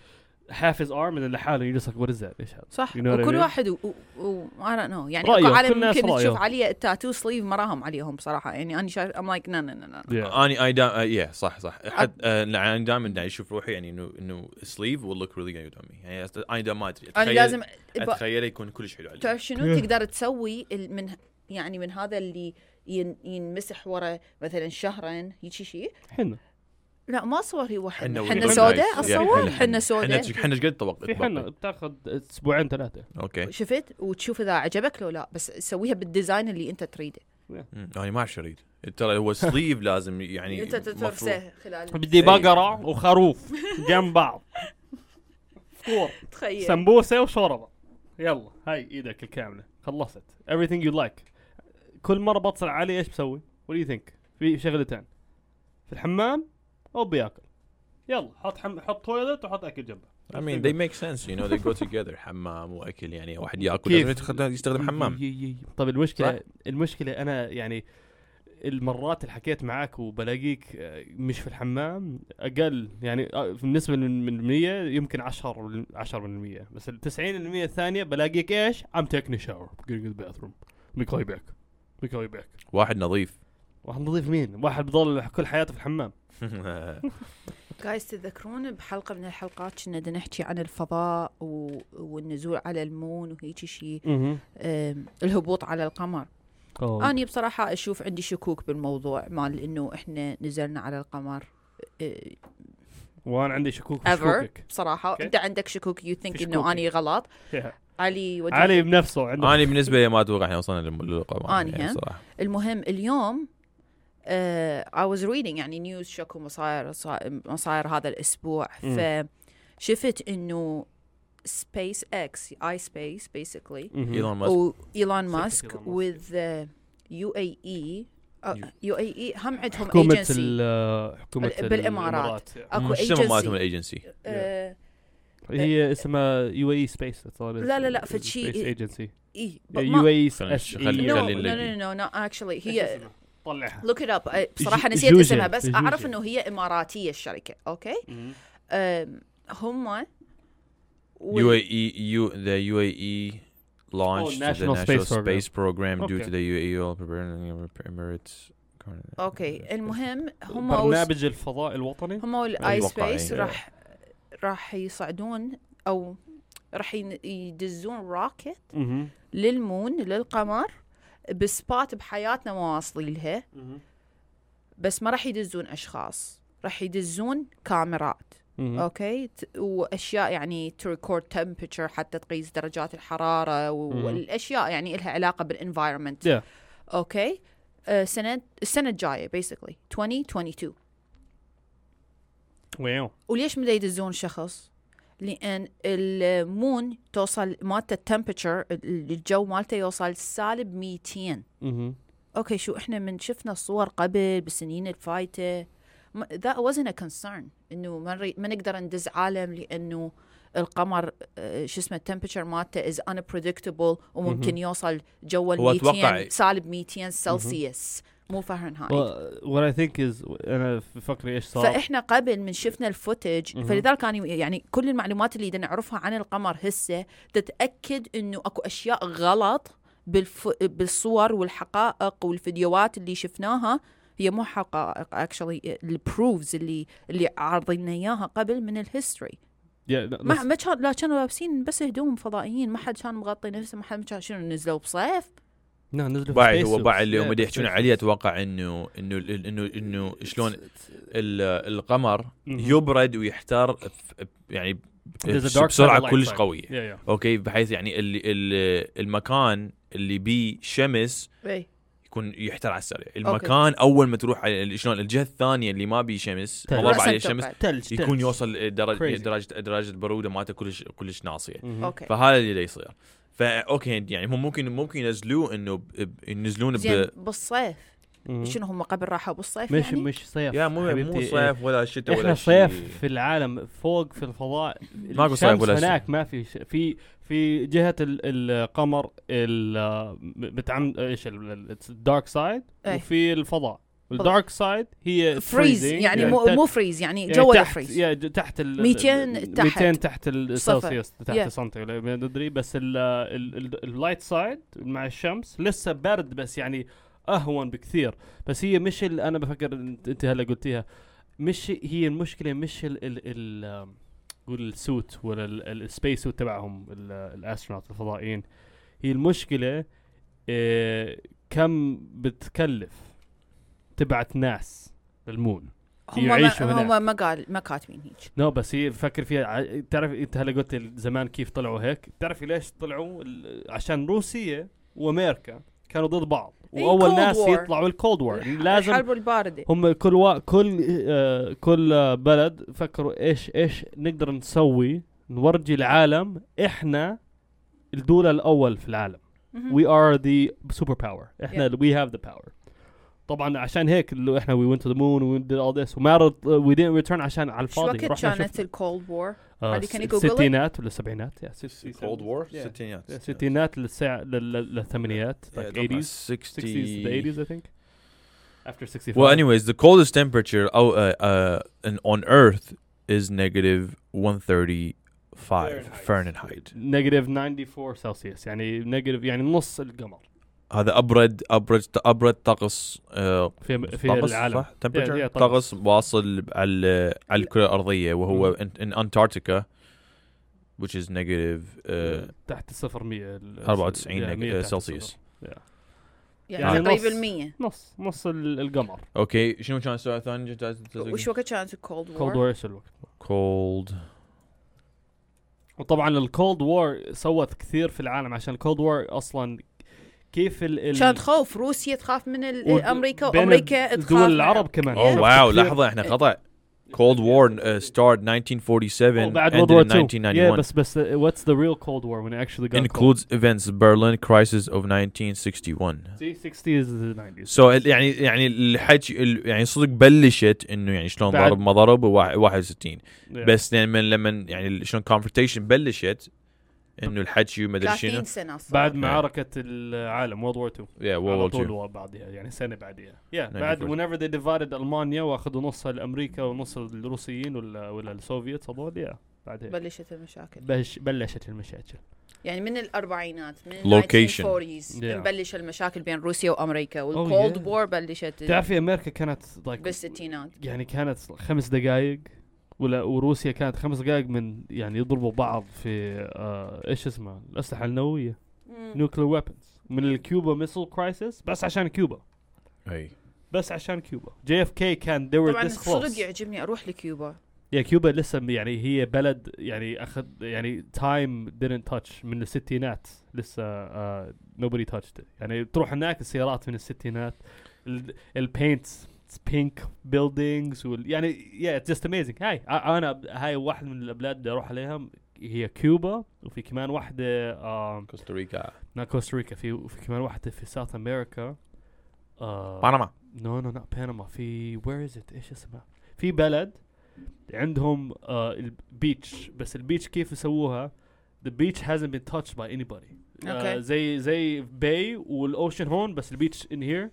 حافز ارم اللي لحاله يجلسك ورزة ايش هذا
صح
You know what I
وكل
mean?
واحد و, و, و I don't know يعني
رأيه،
اكو
كل
عالم
ناس
يمكن
رأيه.
تشوف علي التاتو سليف مراهم عليهم صراحه يعني انا شايف I'm like no no no no
Yeah.
اني اي دا يا uh, صح صح حد آه، لا، انا دائما دا اشوف روحي يعني انه انه سليف will look really good on me يعني أست- انا دا ما ادري
انا
اتخيل
لازم
اتخيله يكون كلش حلو علي
تعرف شنو تقدر تسوي ال- من يعني من هذا اللي ين- ينمسح ورا مثلا شهرين هيجي شيء
حنا
لا ما اصور هي واحد
حنة
حنه
وال-
سوداء
بالعكس. يا
اصور
حنة.
حنه
يعني حنا
سوداء
حنا ايش قد طبق
في حنا بتاخذ اسبوعين ثلاثه
اوكي
شفت وتشوف اذا عجبك لو لا بس سويها بالديزاين اللي انت تريده
مم. انا يعني ما اعرف شو اريد ترى هو سليف لازم يعني
انت
مفروض.
ترسه خلال
بدي
إيه.
بقره وخروف جنب بعض فطور
تخيل
سمبوسه وشوربه يلا هاي ايدك الكامله خلصت everything you like كل مره بتصل علي ايش بسوي؟ what do you think؟ في شغلتين في الحمام او بياكل يلا حط حم... حط تويلت وحط اكل جنبه
I mean they make sense you know they go together حمام واكل يعني واحد ياكل
كيف؟
لازم يتخد- يستخدم حمام
يي- يي- يي. طب المشكله
صح؟
المشكله انا يعني المرات اللي حكيت معاك وبلاقيك آه، مش في الحمام اقل يعني آه، بالنسبه من من 100 يمكن 10 10% بس ال 90% الثانيه بلاقيك ايش؟ I'm taking a shower getting in the bathroom let me call you back let me call you back
واحد نظيف
واحد نضيف مين؟ واحد بضل كل حياته في الحمام
جايز تتذكرون بحلقه من الحلقات كنا بدنا نحكي عن الفضاء و... والنزول على المون وهيجي شيء أم، الهبوط على القمر أنا بصراحة أشوف عندي شكوك بالموضوع مال إنه إحنا نزلنا على القمر إيه،
وانا عندي شكوك في
ever
شكوكك
بصراحة
Okay.
أنت عندك شكوك يو ثينك
في
إنه أني غلط
فيها.
علي وجه
علي بنفسه عنده
انا بالنسبه لي ما اتوقع احنا وصلنا للم- للقمر
أنا
يعني
هم.
صراحه
المهم اليوم آه I was reading يعني نيوز شكو مصاير مصاير هذا الأسبوع
مم.
فشفت إنه سبيس اكس اي سبيس basically
مهم.
ايلون ماسك
وإيلون
شركة
ماسك
إيلون ماسك.
with uh, UAE آه، UAE هم عندهم
حكومة
agency.
ال- حكومة
بال- بالإمارات. اكو
مش اسمه مالتهم
ايجنسي
الايجنسي
آه
هي اسمها يو اي سبيس
لا- لا- لا، فشي-
سبيس ايجنسي
اي إيه، ب-
يو
ما
اي
خلينا
اس
نشغل-
نو
خلي-
نو
نلاقي.
نو نو actually هي
طلعها
لوك ات اب بصراحه
جو-
نسيت
جوجل.
اسمها بس
جوجل.
اعرف انه هي اماراتيه الشركه اوكي آم، Um، هم
يو اي اي يو ذا يو اي اي E launched
Oh,
the
National
National
Space
Space, Program, due
Okay.
to the UAE all preparing Emirates.
اوكي المهم هم وس-
برنامج الفضاء الوطني
هم والاي
أتوقع إيه.
سبيس راح راح يصعدون او راح ين- يدزون راكت
مهم.
للمون للقمر بسبات بحياتنا ما واصلين لها بس ما راح يدزون اشخاص راح يدزون كاميرات
مهم.
اوكي ت- واشياء يعني تريكورد تمبتشر حتى تقيس درجات الحراره و-
مم.
والاشياء يعني لها علاقه بالانفايرمنت
Yeah.
اوكي آه، سنه السنه الجايه بيسكلي 2022
واو
وليش بده يدزون شخص؟ لان المون توصل مالته التمبتشر الجو مالته يوصل سالب 200
مهم.
اوكي شو احنا من شفنا الصور قبل بالسنين الفايته ما- that wasn't a concern انه ما نري- ما نقدر ندز عالم لانه القمر آه، شو اسمه التمبتشر مالته از unpredictable وممكن يوصل جوا
هو
ال
أتوقع-
200 سالب 200 سلسيوس مو فهرنهايت
وات اي ثينك از انا في فكري ايش صار
فاحنا قبل من شفنا الفوتج فلذلك انا يعني كل المعلومات اللي دا نعرفها عن القمر هسه تتاكد انه اكو اشياء غلط بالف... بالصور والحقائق والفيديوهات اللي شفناها هي مو حقائق اكشلي البروفز اللي اللي عارضين اياها قبل من الهيستوري
Yeah, no,
ما
that's-
ما كان لا كانوا لابسين بس هدوم فضائيين ما حد كان مغطي نفسه ما حد كان شنو نزلوا بصيف
no, نزلوا في
بعد
space
هو
suits.
بعد اللي
Yeah,
هم
في
بدي يحجون
space
عليه
suits.
اتوقع انه انه انه انه شلون ال- القمر
مهم.
يبرد ويحتار ف- يعني
There's a dark side and
بسرعه
light
كلش
side.
قويه
Yeah, yeah.
اوكي بحيث يعني اللي ال- المكان اللي بيه شمس
اي
يكون يحتار على السريع المكان اول ما تروح على ال- شلون الجهه الثانيه اللي ما بيه شمس ما
تلج.
ضرب
رأساً
عليه شمس
ثلج
يكون يوصل درجه
Crazy.
درجه درجه بروده مالته كلش كلش ناصيه
اوكي
فهذا اللي دا يصير فا اوكي يعني هم ممكن ممكن ينزلوه انه ب- ب- ينزلون
زين
ب
بالصيف شنو هم قبل راحوا بالصيف
مش
يعني؟
مش صيف
يا مو مو
حبيبتي.
صيف ولا شتاء ولا
احنا
شيء.
صيف في العالم فوق في الفضاء
ماكو صيف
الشمس
ولا شيء.
هناك ما في ش... في في جهه ال... القمر ال... بتعم ايش الدارك سايد
أي.
وفي الفضاء الدارك سايد هي
فريز
freezing،
يعني مو مو فريز يعني جوا
تحت
الفريز
يعني تحت ال
200
ال-
تحت.
200 تحت
صفر.
السلسيوس تحت
Yeah.
السنتي ولا ما ادري بس اللايت سايد مع الشمس لسه برد بس يعني اهون بكثير بس هي مش ال- انا بفكر انت أنت هلا قلتيها مش هي المشكله مش ال ال ال قول السوت ولا السبيس سوت تبعهم الاسtronaut الفضائيين هي المشكله آه، كم بتكلف تبعت ناس للمون
هم
يعيشوا
ما,
هناك.
هم ما قال ما كاتبين هيك
نو بس هي فكر فيها ع- تعرف انت هلا قلت ال- زمان كيف طلعوا هيك تعرفي ليش طلعوا ال- عشان روسيا وامريكا كانوا ضد بعض
أي
واول
Cold
ناس
War.
يطلعوا الكولد وور لازم
الحرب البارده
هم كل وا... كل آه كل آه، بلد فكروا ايش ايش نقدر نسوي نورجي العالم احنا الدولة الاول في العالم
مهم.
وي ار ذا سوبر باور احنا وي هاف ذا باور طبعا عشان هيك اللي احنا وي ونت تو ذا مون وي ديد اول ذس وما وي didn't ريتيرن عشان على
شو
الفاضي
وقت
رحنا
كانت
شفنا
الكولد وور؟
آه،
هذه كان
الس-
يقول Google it؟
الستينات ولا السبعينات
كولد وور ستينات
الستينات للساعة للثمانينات like 80s 60s to the 80s I think after 65
Well, anyways, the coldest temperature out, uh, uh, in, on Earth is negative 135
Fahrenheit.
Fahrenheit.
نيجاتيف 94 سلسيوس يعني نيجاتيف يعني نص القمر
هذا أبرد أبرد أبرد طقس آه،
في في
طقس
العالم
صح؟ temperature
yeah, طقس.
طقس واصل على على الكرة الأرضية وهو in, in Antarctica which is negative uh,
تحت الصفر 100 ال-
94
yeah, 100
نيج-
تحت
سلسيوس
الصفر. يعني
يعني
نص.
قريب المية
نص نص ال- القمر
اوكي شنو كان السؤال الثاني جت- جت-
وش وقت كانت الكولد
كولد
وور؟
وور ايش الوقت
cold
وطبعا الكولد وور سوت كثير في العالم عشان الكولد وور اصلا كيف ال ال-
كانت خوف روسيا تخاف من ال-
وال-
امريكا
بين
وامريكا تخاف
الدول
من-
العرب كمان
اوه
شفت
واو
كثير-
Oh, لحظة احنا خطأ Cold War uh, started 1947
أوه، Oh, بعد
ended
World
in
War II yeah
1991
بس بس uh, what's the real Cold War when it actually got cold?
includes events Berlin crisis of 1961
See, 60s the 90s
سو so, يعني يعني الحكي ال- يعني صدق بلشت انه يعني شلون
بعد-
ضرب ما ضرب وواحد- 61
yeah.
بس لما لما يعني ال- شلون كونفرتيشن بلشت انه الحكي وما ادري
30
شنو
سنة صار.
بعد
Yeah.
معركة العالم World War II
يا
على
World War
طول
II.
و- بعدها يعني سنة بعدها yeah بعد
94.
whenever they divided ألمانيا واخذوا نصها لأمريكا ونص الروسيين ولا ولا السوفيتس هذول yeah بعد هيك
بلشت المشاكل
بلش بلشت المشاكل
يعني من الاربعينات من
Location.
1940s
Yeah. Oh,
بلش المشاكل بين روسيا وامريكا
yeah.
والكولد وور بلشت
تعرفي أمريكا كانت like
بالستينات
يعني كانت خمس دقائق ولا وروسيا كانت خمس دقائق من يعني يضربوا بعض في آه ايش اسمه الاسلحه النوويه نوكلير ويبنز من الكوبا ميسل كرايسيس بس عشان كوبا
اي
بس عشان كوبا جي اف كي كان they were
طبعا
this close
صدق يعجبني اروح لكيوبا
يا كوبا لسه يعني هي بلد يعني اخذ يعني تايم didn't touch من الستينات لسه آه nobody touched it يعني تروح هناك السيارات من الستينات البينت بينك بيلدينجز وال يعني yeah it's just amazing هاي أ- انا هاي واحد من البلاد اللي اروح عليها هي كوبا وفي كمان واحده آه
كوستاريكا
not كوستاريكا في وفي كمان واحده في ساوث امريكا آه
بنما
نو نو نوت بنما في وير از ات ايش اسمها في بلد عندهم آه البيتش بس البيتش كيف يسووها the beach hasn't been touched by anybody آه
Okay.
زي زي باي والاوشن هون بس البيتش in here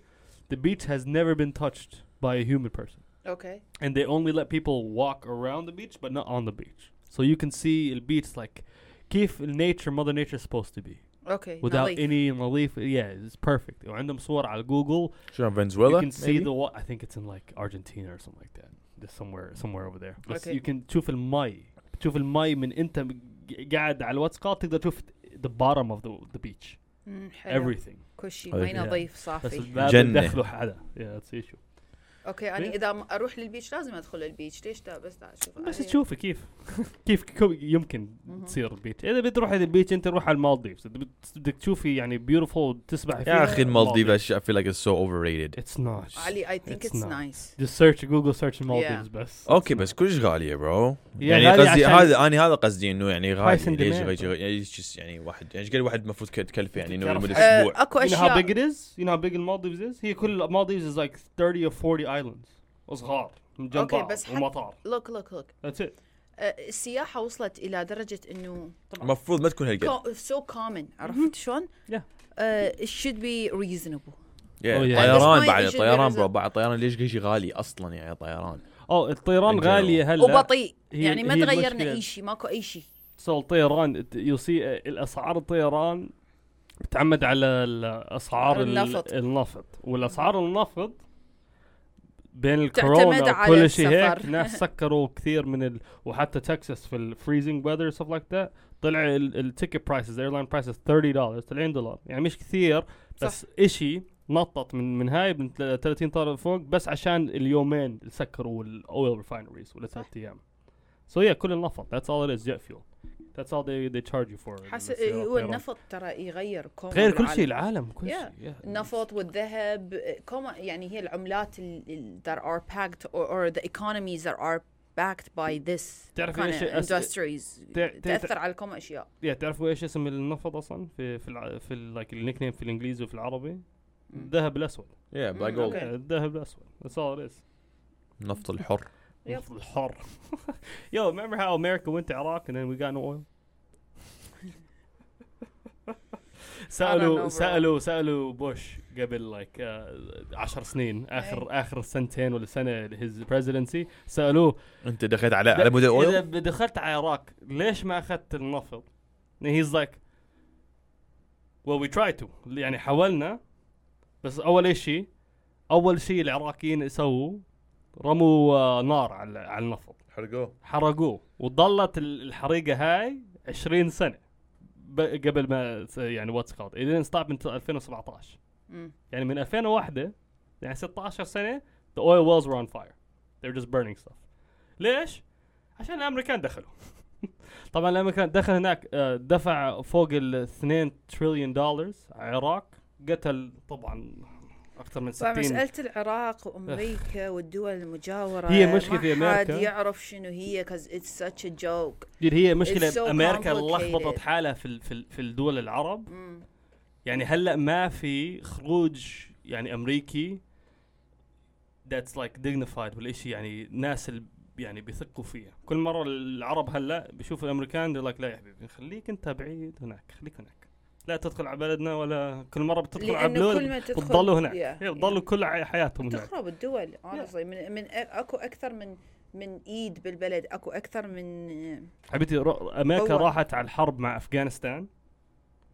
the beach has never been touched by a human person
اوكي
and they only let people walk around the beach but not on the beach so you can see البيتش like كيف nature mother nature is supposed to be
اوكي
without
نظيف.
any نظيف yeah it's perfect وعندهم صور على جوجل
شنو
you
فنزويلا
can see the wa- I think it's in like Argentina or something like that. Just somewhere somewhere over there. But
Okay.
you can تشوف المي تشوف المي من انت م- قاعد على الواتساب تقدر تشوف the bottom of the, the beach.
مم، حلو
Everything.
كل شيء ما
Yeah.
نظيف
بس
صافي
الباب
جنة.
دخله حدا. Yeah, that's the issue.
اوكي
Yeah.
انا اذا ما اروح للبيتش لازم ادخل البيتش ليش لا بس لا اشوف
بس
أنا-
تشوفه كيف كيف كو- يمكن
مهم.
تصير البيتش. اذا بتروح على البيتش انت روح على المالديفز. إذا بت- بدك تشوفي يعني beautiful تسبح فيها
يا اخي المالديف I feel like it's so overrated
It's not.
علي I think
It's
it's
not.
nice
Just search Google search المالديفز بس.
اوكي
It's
بس
not.
كلش غالية برو
يا
يعني
غالي
قصدي
عشان-
هذا انا هذا قصدي انه يعني
Price
غالي
and
ليش
demand.
غالي يعني ايش جس- يعني واحد يعني ايش قد واحد المفروض تكلفه يعني انه
تعرف-
لمدة
آه،
اسبوع
اكو
You know how big
اشياء
it is? You know how big Maldives is? هي كل Maldives is like 30 or 40 islands. صغار من جنب
Okay,
بعض
بس حت-
ومطار.
لوك لوك لوك
That's it.
السياحه أه، وصلت الى درجه انه
المفروض ما تكون
Oh,
هالقد
سو كومن عرفت شلون؟
Mm-hmm.
أه،
Yeah.
it should be reasonable
Oh,
Yeah.
yeah.
طيران
That's why
بعد
you should
طيران
be
برو بعد طيران ليش قشي غالي اصلا يعني طيران
أو الطيران
In general.
غالية هلا.
وبطيء
هي-
يعني ما
هي
تغيرنا
المشكلة.
اي شيء ماكو اي شيء
So الطيران يصي الأسعار الطيران بتعمد على الأسعار ال-
النفط.
النفط والأسعار النفط بين
تعتمد
الكورونا
على
وكل شيء هيك
السفر.
ناس سكروا كثير من ال... وحتى تكساس في الفريزنج ويذر stuff like that طلع التيكت برايسز ايرلاين برايسز 30 دولار 70 دولار يعني مش كثير بس شيء نطت من من هاي من 30 طالع فوق بس عشان اليومين اللي سكروا الاويل ريفاينريز ولا ثلاث ايام سو هي كل النفط ذاتس اول از جيت فيول ذاتس اول they they charge you for
حس...
بالسيارة
إيه، هو
والطيران.
النفط ترى يغير كوما
غير كل
بالعالم.
شيء العالم كل شيء
Yeah.
yeah.
النفط والذهب كوما يعني هي العملات ال- ال- that are packed or, or the economies that are backed by this
تعرف
kind
إيش-
of
أس-
industries
تع- تع-
تأثر على الكوما اشياء
يا تعرفوا ايش اسم النفط اصلا في في الع... في لايك النيك نيم في الانجليزي وفي العربي الذهب الاسود
يا بلاك
Mm,
جولد
okay.
الذهب الاسود That's all it is.
النفط الحر
Yep.
الحر Yo, remember how America went to Iraq and then we got no oil? سألوا
know, bro.
سألوا سألوا بوش قبل like uh, 10 سنين اخر اخر سنتين ولا سنه his presidency سألوه
انت دخلت على على مود
اذا
الاويل
دخلت على العراق ليش ما اخذت النفط؟ And he's like well we tried to يعني حاولنا بس اول شيء اول شيء العراقيين سووا رموا آه، نار على على النفط
حرقوه
حرقوه وظلت ال- الحريقه هاي 20 سنه ب- قبل ما ت- يعني واتس كولد it didn't stop من 2017
مم.
يعني من 2001 يعني 16 سنه the oil wells were on fire they're just burning stuff ليش؟ عشان الامريكان دخلوا طبعا الامريكان دخل هناك آه، دفع فوق ال 2 تريليون دولار العراق قتل طبعا اكثر من
طبعا
60
مسألة العراق وأمريكا والدول المجاوره
هي مشكلة في
ما حد
أمريكا.
يعرف شنو هي cause it's such a joke
دير هي مشكله
It's so
امريكا
complicated.
لخبطت حالها في ال- في ال- في الدول العرب
مم.
يعني هلا ما في خروج يعني امريكي ذاتس لايك dignified والاشي يعني ناس ال- يعني بيثقوا فيها كل مره العرب هلا بيشوفوا الامريكان يقول لك لا يا حبيبي خليك انت بعيد هناك خليك هناك لا تدخل على بلدنا ولا كل مره بتدخل على
لأنه كل
بلود
ما تدخل-
بتضلوا هناك
Yeah,
yeah,
yeah.
بتضلوا كل ع- حياتهم هناك
تخرب الدول honestly من, من اكو اكثر من من ايد بالبلد اكو اكثر من
حبيبتي رو- امريكا
طور.
راحت على الحرب مع افغانستان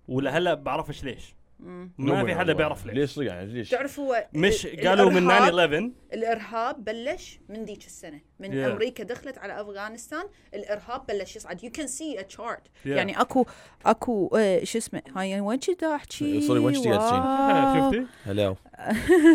ولهلا بعرفش ليش
مم.
ما في حدا بيعرف ليش
ليش يعني ليش
تعرف هو
مش
إيه،
ال-
قالوا من
الإرهاب-
9
الارهاب بلش من ذيك السنه من
Yeah.
yeah. امريكا دخلت على افغانستان الارهاب بلش يصعد يو كان سي ا تشارت
Yeah.
يعني اكو اكو آه، شو اسمه هاي وين كنت احكي
Sorry، وين كنت قاعد
آه.
واو.
11 إيه، آه، شفتي؟
هلا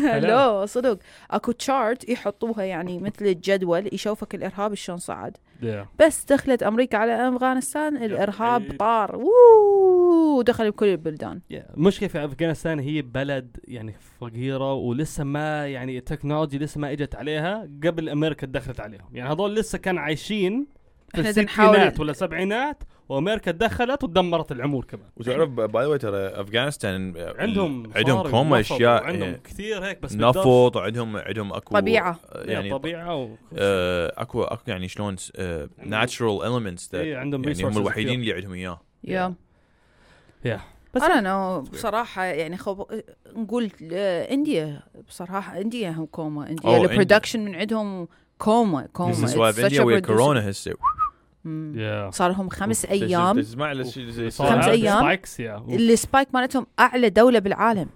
هلو صدق اكو تشارت يحطوها يعني مثل الجدول يشوفك الارهاب شلون صعد
Yeah.
بس دخلت امريكا على افغانستان الارهاب
أكيد.
طار ووو دخل بكل البلدان
مشكلة في افغانستان هي بلد يعني فقيرة ولسه ما يعني التكنولوجي لسه ما اجت عليها قبل امريكا دخلت عليهم، يعني هذول لسه كانوا عايشين في
إحنا بدنا نحاول-
الستينات ولا السبعينات وامريكا دخلت ودمرت العمور كمان.
وتعرف باي ذا ترى افغانستان
عندهم
عندهم
صاري
كوما
ونفط
اشياء
وعندهم
آه،
كثير هيك بس
نفط وعندهم عندهم اكو
طبيعة.
آه،
يعني
يعني
طبيعة و...
آه، اكو اكو يعني شلون ناتشرال المنتس
إيه، عندهم
يعني هم
resources
الوحيدين
كثير.
اللي عندهم اياه
يا
Yeah.
بس انا نو بصراحه يعني خب... نقول آه، انديا بصراحه انديا هم كوما انديا
أو
البرودكشن من عندهم كوما كوما
Oh, This is
It's
why
such
India
a
ويا
producer.
كورونا هسه
مم.
Yeah.
صار لهم خمس
This is-
ايام
this is- اسمع للشي- زي-
خمس
صار
أيام.
spikes، yeah. و-
السبايك مالتهم اعلى دوله بالعالم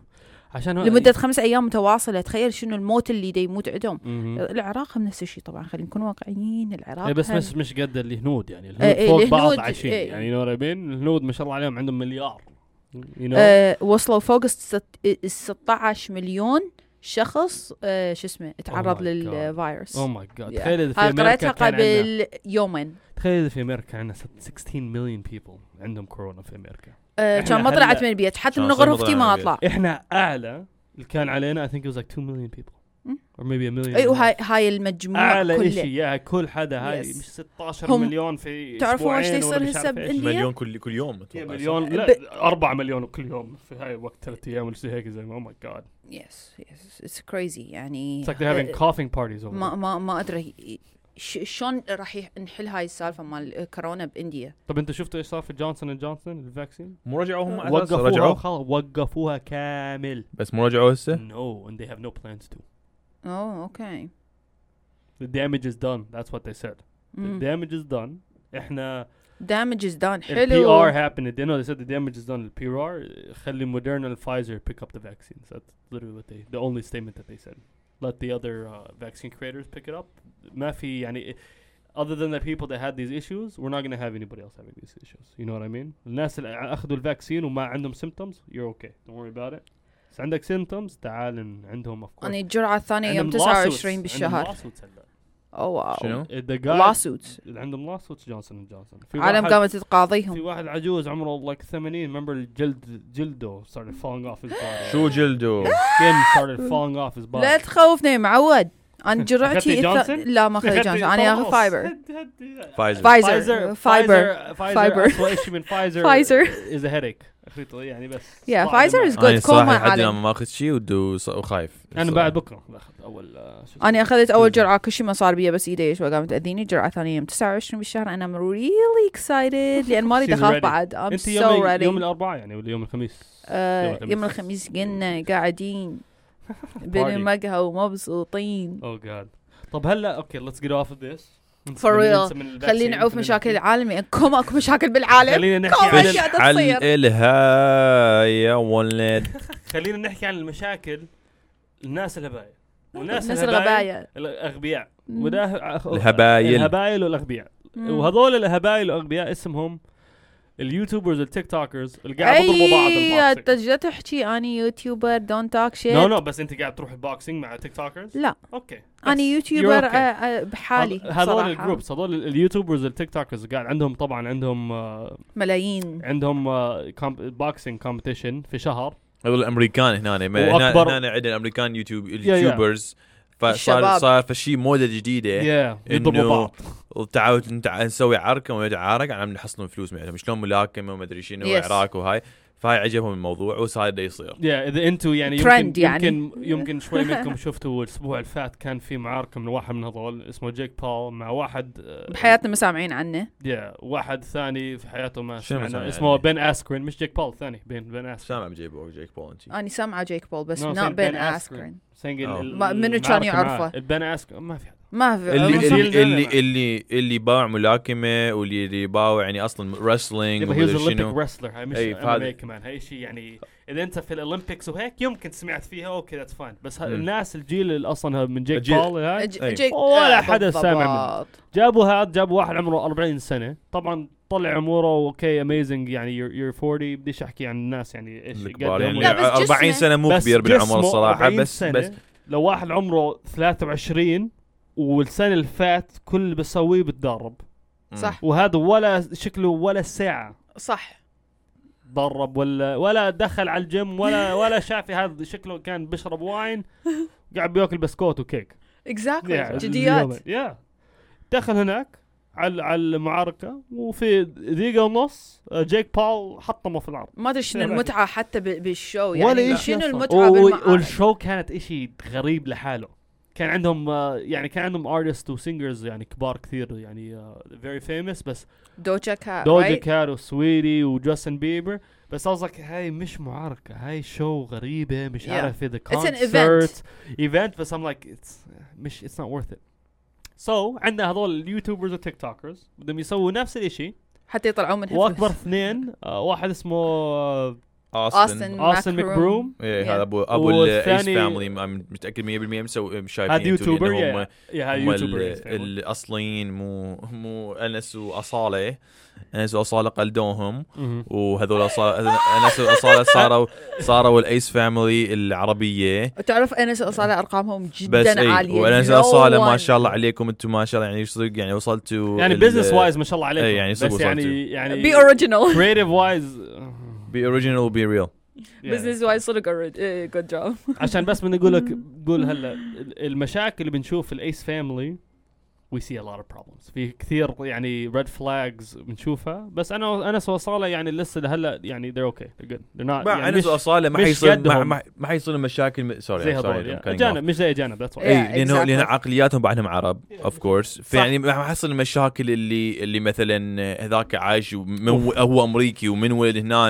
Oh,
عشان هو-
لمده خمس ايام متواصله تخيل شنو الموت اللي دا يموت عندهم
Mm.
مهم.
العراق هم نفس الشيء طبعا خلينا نكون واقعيين العراق
إيه بس
هم-
مش مش قد الهنود يعني الهنود
إيه،
فوق بعض
الهنود،
عايشين
إيه.
يعني نور الهنود ما شاء الله عليهم عندهم مليار you know
آه وصلوا فوق ال 16 مليون شخص آه شو اسمه
Oh
my
تعرض
God.
للفيروس
اوه ماي جاد
Yeah.
Oh تخيل اذا في
هاي
امريكا
قريتها
كان عندنا
قبل يومين
تخيل اذا في امريكا عندنا 16 مليون بيبل عندهم كورونا في امريكا
آه،
إحنا
كان ما
هلا- يعني؟
طلعت من البيت حتى
كان
من
صار ما
غرفتي
طلعنا
ما
من البيت.
اطلع
احنا اعلى اللي كان علينا اي ثينك it was like 2 million people
مم.
or maybe a
اي
million
إيه، وهاي هاي المجموعه
اعلى
كلها
شيء يا كل حدا هاي
Yes.
مش 16
هم-
مليون في
تعرفوا ايش
أسبوعين ولا
يصير
مش
هسه
عارف إيش.
بانديا؟
مليون كل كل يوم أتوقع.
مليون
ب-
لا 4 مليون كل يوم في هاي وقت ثلاث ايام ولا شيء هيك زي oh اوه ماي جاد
يس يس اتس كريزي يعني
اتس لايك they're having
آه،
coughing parties over
ما ما ما ادري ش- شلون راح يح- نحل هاي السالفه مال كورونا بانديا
there. طب انتوا شفتوا ايش صار في جونسون اند جونسون الفاكسين؟
مو رجعوا هم على أساس
وقفوها
رجعوا
خلاص وقفوها كامل
بس مو رجعوا هسه
no and they have no plans to
اوه اوكي
the damage is done that's what they said
Mm.
the damage is done احنا
دامج از دان
ال PR
حلو
happened. They know they said the damage is done. The PR خلي Moderna and Pfizer pick up the vaccines. That's literally what they the only statement that they said. Let the other uh, vaccine creators pick it up. ما في يعني other than the people that had these issues, we're not going to have anybody else having these issues. You know what I mean? الناس اللي اخذوا الفاكسين وما عندهم symptoms, you're okay. Don't worry about it. بس عندك سيمتومز تعال إن عندهم افكار
يعني
انا الجرعه الثانيه يوم 29 بالشهر
Oh،
اوه واو
شنو؟
ذا
لاسوت
اللي عندهم لاسوت جونسون اند جونسون في
عالم
واحد-
قامت
في
تقاضيهم
واحد عجوز عمره لايك 80 remember الجلد جلده started falling off his body
شو جلده؟
skin started falling off his body
لا تخوفني يا معود انا جرعتي
أخذتي
الث-
جونسون؟
لا ما اخذت
أخذت
جونسون
يعني
انا اخذ
خلاص.
فايبر
هد- هد-
فايزر
فايزر فايبر
فايزر
فايبر.
فايزر أسوأ شيء من فايزر
Pfizer.
از هيديك يعني بس
Yeah,
صراحة
Pfizer
ما-
is-
انا
good coma
الصراحه لحد
عالم.
الآن ما اخذ شيء ودو- ص- وخايف
انا بعد بكره باخذ اول آه، شو اسمه؟
انا اخذت اول جرعه كل شيء ما صار بيا بس ايدي شوي قامت تاذيني جرعه ثانيه يوم 29 بالشهر انا ريلي اكسايتد لان مالي
She's
دخل
ready.
بعد ام
انت
سو
يوم يوم
ريدي
الاربعاء يعني ولا يوم الخميس
Uh,
آه، يوم الخميس قلنا قاعدين بين
Party. Oh,
المقهى ومبسوطين
او جاد طب هلا اوكي ليتس جيت اوف ذس
real. خلينا نعوف مشاكل العالم يعني كم اكو مشاكل بالعالم
خلينا نحكي
Come on.
عن
أشياء
فش على
تتصير.
الها يا ولد
خلينا نحكي عن المشاكل الناس الهبايل والناس
الناس
الهبايل
الغباية
الاغبياء
مم.
وده أخ-
الهبايل.
الهبايل والاغبياء
مم.
وهذول الهبايل والاغبياء اسمهم اليوتيوبرز التيك توكers اللي قاعد يضربوا بعض
اي
البوكسينج
تجي تحكي اني يوتيوبر دونت توك
نو
شيت
نو بس انت قاعد تروح البوكسينج مع تيك توكرز
لا
اوكي
انا يوتيوبر
You're okay.
آه، آه، بحالي
هذ- هذول
صراحة.
الجروبس هذول ال- اليوتيوبرز التيك توكرز قاعد عندهم طبعا عندهم آه،
ملايين
عندهم آه، بوكسينج كومبيتيشن في شهر
هذول الامريكان هنا هنا
وأكبر-
هنا عندنا امريكان يوتيوب
يا.
يوتيوبرز فصار
الشباب.
صار فشي موضه جديده
يا
إيه. إنه
يضربوا بعض
وتعاود نتع- نسوي عركه وما نتعارك عم نحصلهم فلوس من عندهم شلون ملاكمه وما ادري شنو
Yes.
وعراك وهاي فهاي عجبهم الموضوع وصار ده يصير
يا اذا انتم يعني
Trend
يمكن
يعني.
يمكن يمكن شوي منكم شفتوا الاسبوع الفات كان في معاركه من واحد من هذول اسمه جيك بول مع واحد آه،
بحياتنا ما سامعين عنه
يا واحد ثاني في حياته ما
شنو
سمعنا
مثلاً
اسمه
يعني؟
بن اسكرين مش جيك بول ثاني بن بن اسكرين
سامع بجيبه جيك بول
آه،
انت
اني سامعه جيك بول بس
No,
not
Saint Ben
بين
Askren.
اسكرين
سنجل
أو.
ما- منو كان يعرفه؟
البن اسكرين ما في حد
ما في
اللي
اللي-
اللي
اللي-
اللي اللي, اللي باوع ملاكمه واللي اللي باوع يعني اصلا رسلينج
يبقى هي اولمبيك
شنو
رسلر هاي مش
أي،
ام
فهذا-
كمان هاي شيء يعني اذا انت في الاولمبيكس وهيك يمكن سمعت فيها اوكي ذاتس فاين بس ه-
مم.
الناس الجيل اللي اصلا من جيك
الجيل-
بول هاي
ج-
أي.
جيك
ولا
آه،
حدا سامع منه.
بالضبط.
جابوا هذا جابوا واحد عمره 40 سنه طبعا طلع عمره اوكي اميزنج يعني يور يور 40 بديش احكي عن الناس يعني ايش
الكبار
قد هم.
يعني
لا، بس جسمه-
40 سنه مو
بس
كبير بالعمر
جسمه
الصراحه
40
بس
سنة.
بس
لو واحد عمره 23 والسنه اللي فات كل اللي بسويه بتدرب
صح
وهذا ولا شكله ولا ساعه
صح
تدرب ولا ولا دخل على الجيم ولا ولا شافي هذا شكله كان بيشرب واين قاعد بياكل بسكوت وكيك
اكزاكتلي
Yeah.
جديات
يا دخل هناك على على المعركه وفي دقيقه ونص آه، جيك بول حطمه في العرض
ما ادري شنو
سامع.
المتعه حتى بال- بالشو
ولا
يعني
إشي
شنو
أصلاً.
المتعه
و-
بالمعارك
والشو كانت إشي غريب لحاله كان عندهم آه، يعني كان عندهم ارتست وسينجرز يعني كبار كثير يعني فيري فيمس بس
دوجا كات
دوجا
right?
كات وسويدي وجاستن بيبر بس قصدك هاي مش معركة هاي شو غريبة مش
Yeah.
عارف إيه اذا
It's an
كونسرت ايفنت بس ام لايك اتس مش اتس نوت ورث ات سو عندنا هذول اليوتيوبرز والتيك توكرز بدهم يسووا نفس الشيء
حتى يطلعون منها
واكبر
فلوس.
اثنين آه، واحد اسمه آه،
اوستن
اوستن
اوستن
ماكروم.
مكبروم
ايه
Yeah.
هذا ابو ابو الايس
والثاني-
فاميلي متاكد 100% مسوي إيه، شايفين
هذا يوتيوبر
لأنهم
يا يا هذا
هم
يوتيوبر يعني
ال-
يستعمل.
الاصليين مو مو انس واصاله انس واصاله قلدوهم وهذول اصاله هذول- انس واصاله صاروا صاروا الايس فاميلي العربيه
تعرف انس اصاله ارقامهم
بس
إيه،
جدا
اي
عاليه
وانس
No
واصاله ما
one.
شاء الله عليكم انتم ما شاء الله يعني صدق يعني وصلتوا
يعني
ال-
بزنس وايز ما شاء الله عليكم
إيه، يعني
بس
صدق
يعني يعني
بي اوريجينال
كريتيف وايز
بي اوريجينال وبي ريل
بزنس وايز صدق جود جوب
عشان بس بدنا نقول لك قول هلا ال- المشاكل اللي بنشوف في الايس فاميلي وي سي ا لوت اوف بروبلمز في كثير يعني ريد فلاجز بنشوفها بس انا انس وصاله يعني لسه لهلا يعني they're okay they're good they're not
مع
يعني
انس
مش
واصاله ما
مش
حيصير ما-
قدهم.
ما ما حيصير مشاكل
زي
سوري
هذول
سوري
yeah. اجانب مش زي اجانب that's why
إيه.
اي لانه
exactly.
لان عقلياتهم بعدهم عرب اوف كورس
صح.
فيعني ما حصل المشاكل اللي اللي مثلا هذاك عايش ومن هو امريكي ومنولد هنا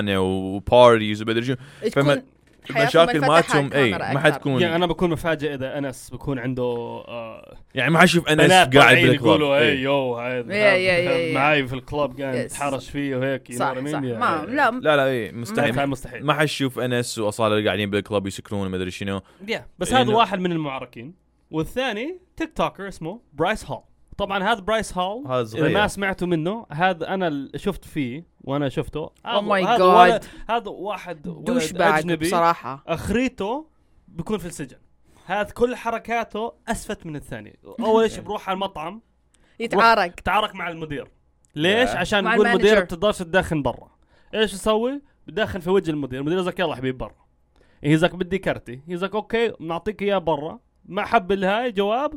وبارتيز ومدري شنو فما-
تكون حياتهم
المشاكل
منفتحة
مالتهم اي
الكاميرا
ما
أكثر.
حتكون
يعني انا بكون مفاجئ اذا انس بكون عنده آه،
يعني ما حشوف انس
بنات
قاعد
قاعد
بالكلاب إيه.
يقولوا إيه. اي
إي.
يو هذا
يا- يا- يا-
هذا
يا.
معاي في الكلاب قاعد
إيه، Yes.
يتحرش فيه وهيك you know
صح
what I mean؟
صح
يا-
ما
يا-
لا م-
لا لا اي
مستحيل
مستحيل
هاي مستحيل
ما حتشوف انس واصاله اللي قاعدين بالكلاب يسكرون مدري شنو
Yeah. بس
يعني
هذا
إنه-
واحد من المعركين والثاني تيك توكر اسمه برايس هول طبعا هذا برايس هال
هذا
اذا ما
صغير
سمعتوا منه هذا انا ال- شفت فيه وانا شفته هذا-
Oh my
هذا
God.
ولد- هذا واحد ولد
دوش باج
أجنبي.
بصراحه
اخريته بيكون في السجن هذا كل حركاته اسفت من الثاني اول شيء بروح على المطعم
يتعارك
تعارك مع المدير ليش
Yeah.
عشان
مع
يقول المدير ما
المانجر.
بتقدرش تدخن برا ايش يسوي بدخن في وجه المدير المدير يقول لك يلا حبيبي برا يزك بدي كرتي يزك اوكي بنعطيك اياه برا ما حب الهاي جواب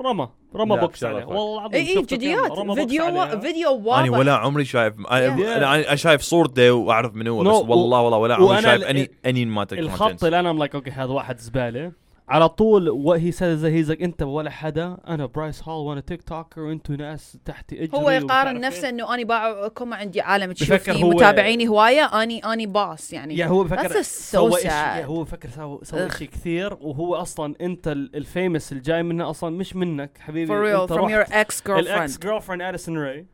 رمى رمى
لا،
بوكس عليه
بشرفك.
والله العظيم
إيه،
اي اي
شفته كان رمى
إيه، فيديوهات
بوكس عليها.
فيديو فيديو
انا
واضح
ولا عمري شايف أنا- انا انا شايف صورته واعرف من هو
No،
بس
و-
والله والله ولا
وأنا
عمري شايف
ال-
اني اني ما تك
الخط اللي انا ام لايك اوكي هذا واحد زباله على طول وهي سيز هيزك انت ولا حدا انا برايس هال وانا تيك توكر وانتوا ناس تحتي اجري
هو
ومش
يقارن
عارف
نفسه
إيه.
انه اني باعكم عندي عالم
بفكر
تشوفني
هو-
متابعيني هوايه اني اني باص يعني
يا هو بفكر
That's so
سوى إشي-
sad.
يا هو فكر سوى سوى
Ugh.
شيء كثير وهو اصلا انت ال- الفيمس الجاي منه اصلا مش منك حبيبي
for real
انت
from your
رحت
ex girlfriend
الاكس جيرل فريند اليسون راي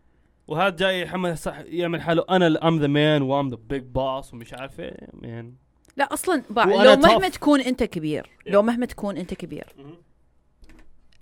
وهذا جاي يحمل صح- يعمل حاله انا ام ذا مان وام ذا بيج باس ومش عارف ايه مان
لا اصلا با...
وأنا
لو
tough.
مهما تكون انت كبير
Yeah.
لو مهما تكون انت كبير
مهم.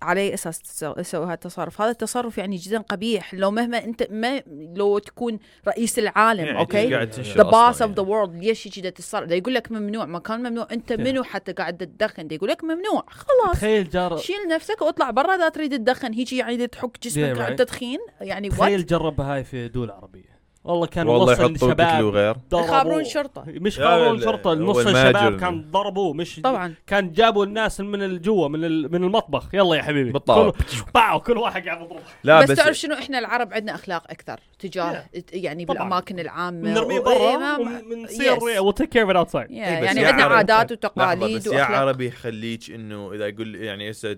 على اي اساس تسو- تسوي هذا التصرف؟ هذا التصرف يعني جدا قبيح لو مهما انت ما لو تكون رئيس العالم اوكي؟
قاعد تنشر
ذا باس
أصلاً
اوف ذا
يعني.
وورلد ليش كذا تتصرف؟ دا يقول لك ممنوع مكان ممنوع انت منو حتى قاعد تدخن؟ دا يقول لك ممنوع خلاص
تخيل جار
شيل نفسك واطلع برا اذا تريد تدخن هيجي يعني دا تحك
Yeah,
جسمك على
right.
التدخين يعني
تخيل
وات
جربها هاي في دول عربيه والله كان
يعني. والله
والله
يحطوا تكلو
شباب
غير
ضربوه.
يخابرون الشرطه
مش
لا،
قانون
لا،
الشرطه
هو
نص
المهاجر.
الشباب كان ضربوه مش
طبعا
كان جابوا الناس من ال- جوا من ال- من المطبخ يلا يا حبيبي
بالطاوة.
كل- باعوا كل واحد قاعد يضرب
لا
بس,
بس
تعرف شنو احنا العرب عندنا اخلاق اكثر تجاه يعني
طبعاً.
بالاماكن العامه
نرميه
و- إيه،
برا
ما-
ونصير
Yes.
ويل تيك كير اوف اوتسايد
Yeah،
بس
يعني
يا
عندنا
عرب-
عادات
لحظة
وتقاليد
بس يا
واخلاق
عربي خليك انه اذا يقول يعني هسه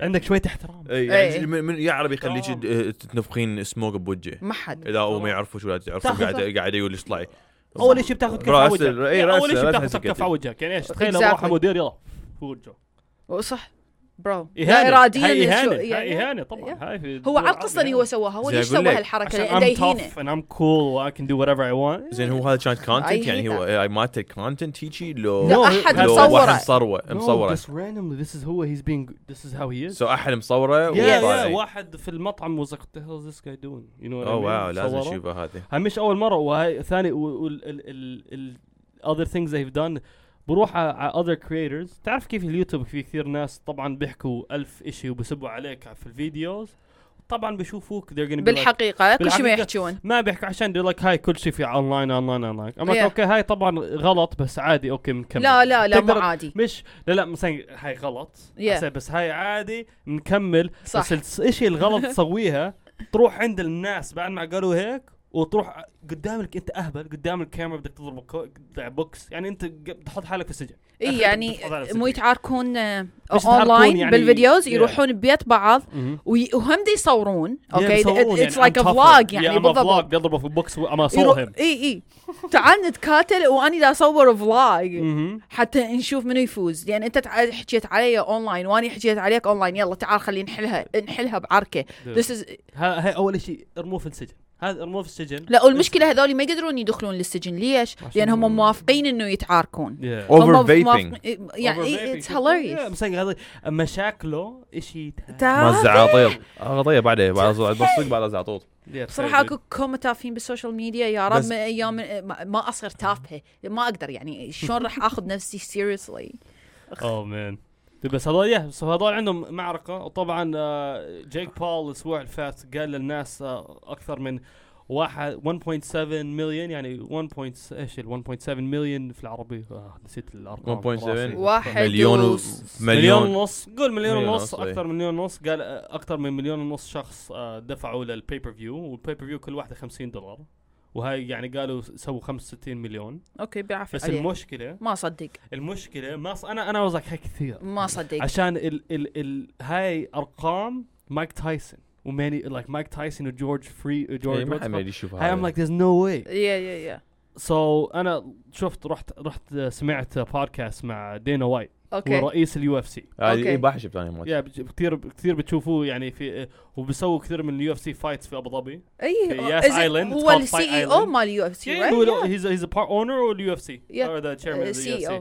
عندك شويه احترام
إيه،
إيه.
يعني من- من- يا عربي خليك
تمام.
د- تتنفخين سموك بوجه
ما حد
اذا هو ما يعرفوش ولا تعرفوا
تاخذ-
قاعد قاعد يقول لي اطلعي
اول شيء بتاخذ كف على
رأس-
وجهك
إيه،
يعني
رأس-
اول شيء
رأس
بتاخذ كف
مسكتي.
على وجهك يعني ايش تخيل اروح
Exactly.
على مدير يلا فوجه
صح برو لا
اهانه
اراديا
هاي
شو-
اهانه
يعني-
هاي اهانه طبعا هاي في
هو
دول
على
العرب
القصه
يعني.
هو سواها هو
زي
ليش
أقول
سوى
لك،
هالحركه
عشان
لانه
I'm
يهينه
tough and I'm cool and I can do whatever I want
زين هو هذا كان كونتنت
I
يعني
hate
هو اي ما تك كونتنت هيجي لو
لا
No,
احد
no,
لو
مصوره
واحد مصوره
no,
مصوره
just randomly this is who he's being this is how he is
سو احد مصوره
يا يا
وطالع.
واحد في المطعم was like what the hell is this guy doing you know what I
اوه
mean?
واو Oh, لازم
صوره.
اشوفه هذه
هاي مش اول مره وهاي ثاني وال ال ال ال other things they've done بروح على على other creators تعرف كيف اليوتيوب في كثير ناس طبعا بيحكوا ألف اشي وبسبوا عليك في الفيديوز طبعا بيشوفوك they're gonna be like-
بالحقيقه كل شيء ما
بالحقيقة.
يحجون
ما بيحكوا عشان دي لك هاي كل شيء في اونلاين اونلاين اونلاين اما
Yeah.
اوكي هاي طبعا غلط بس عادي اوكي مكمل
لا لا لا مو
تقدر-
عادي
مش لا لا مثلا هاي غلط
Yeah.
بس هاي عادي نكمل
صح
بس الشيء الغلط تسويها تروح عند الناس بعد ما قالوا هيك وتروح قدامك انت اهبل قدام الكاميرا بدك تضرب كو- تضع بوكس يعني انت ق- بتحط حالك في السجن
اي
أخي
يعني
بتحط على نفسك.
مو يتعاركون آه،
مش يتعاركون
اونلاين
يعني-
بالفيديوز
Yeah.
يروحون ببيت بعض
مهم.
وي- وهم دي يصورون اوكي
بيصورون
اتس
يعني
لايك ا
I'm tougher.
فلوج
Yeah,
يعني
I'm a
بالضبط
vlog. يضربه في بوكس
يرو-
اما صورهم
اي اي تعال نتكاتل واني دا اصور فلوج حتى نشوف منو يفوز يعني انت تع- حكيت علي اونلاين واني حكيت عليك اونلاين يلا تعال خلينا نحلها نحلها بعركه This is...
هاي اول شيء ارموه في السجن هذا ارموه في السجن
لا والمشكله هذول ما يقدرون يدخلون للسجن ليش؟ لان هم موافقين انه يتعاركون
Yeah.
Over
هم
vaping.
موافقين- يعني
Overvaping.
اتس
Yeah,
هيلاريوس
بس هيك هذا مشاكله شيء
آه،
ما زعاطيل قضيه بعدها بعد بصدق بعد زعطوط
بصراحة اكو كوما تافهين بالسوشيال ميديا يا رب
بس-
من ايام ما- ما اصير تافهة ما اقدر يعني شلون راح اخذ نفسي سيريسلي
اوه مان Oh, بس هذول يه، بس هذول عندهم معركه وطبعا آه، جيك بول الاسبوع اللي فات قال للناس آه، اكثر من واحد 1.7 مليون يعني 1. point- ايش ال 1.7 مليون في العربي آه نسيت الارقام
1.7
راسي.
واحد
مليون و-
وس-
مليون
مليون
ونص قول مليون
مليون
ونص
ونص، إيه.
اكثر من مليون ونص قال آه، اكثر من مليون ونص شخص آه، دفعوا للباي بير فيو والباي بير فيو كل واحده 50 دولار وهاي يعني قالوا سووا 65 مليون
اوكي بيعرف
بس
عليه
المشكله
ما اصدق
المشكله ما ص- انا انا وزك هيك كثير
ما صدق
عشان ال ال ال هاي ارقام مايك تايسون وماني لايك مايك تايسون وجورج فري
إيه،
جورج
ما حد ما
هاي
يشوف
I'm like there's no way
يا يا يا
so انا شفت رحت رحت سمعت بودكاست مع دينا وايت
اوكي
ورئيس اليو اف سي
هذه
أوكي.
اي بحشب ثاني مرة
يا بج- كثير كثير بتشوفوه يعني في وبيسووا كثير من اليو اف سي فايتس في ابو ظبي
اي
في Yas
is it-
Island,
هو
it's called
السي
Fight
E
اي او
Island.
مال يو اف سي
هيز هيز ا بارت اونر او اليو اف سي
Yeah.
Uh, E
Uh,
اور ذا تشيرمان اوف
سي
اليو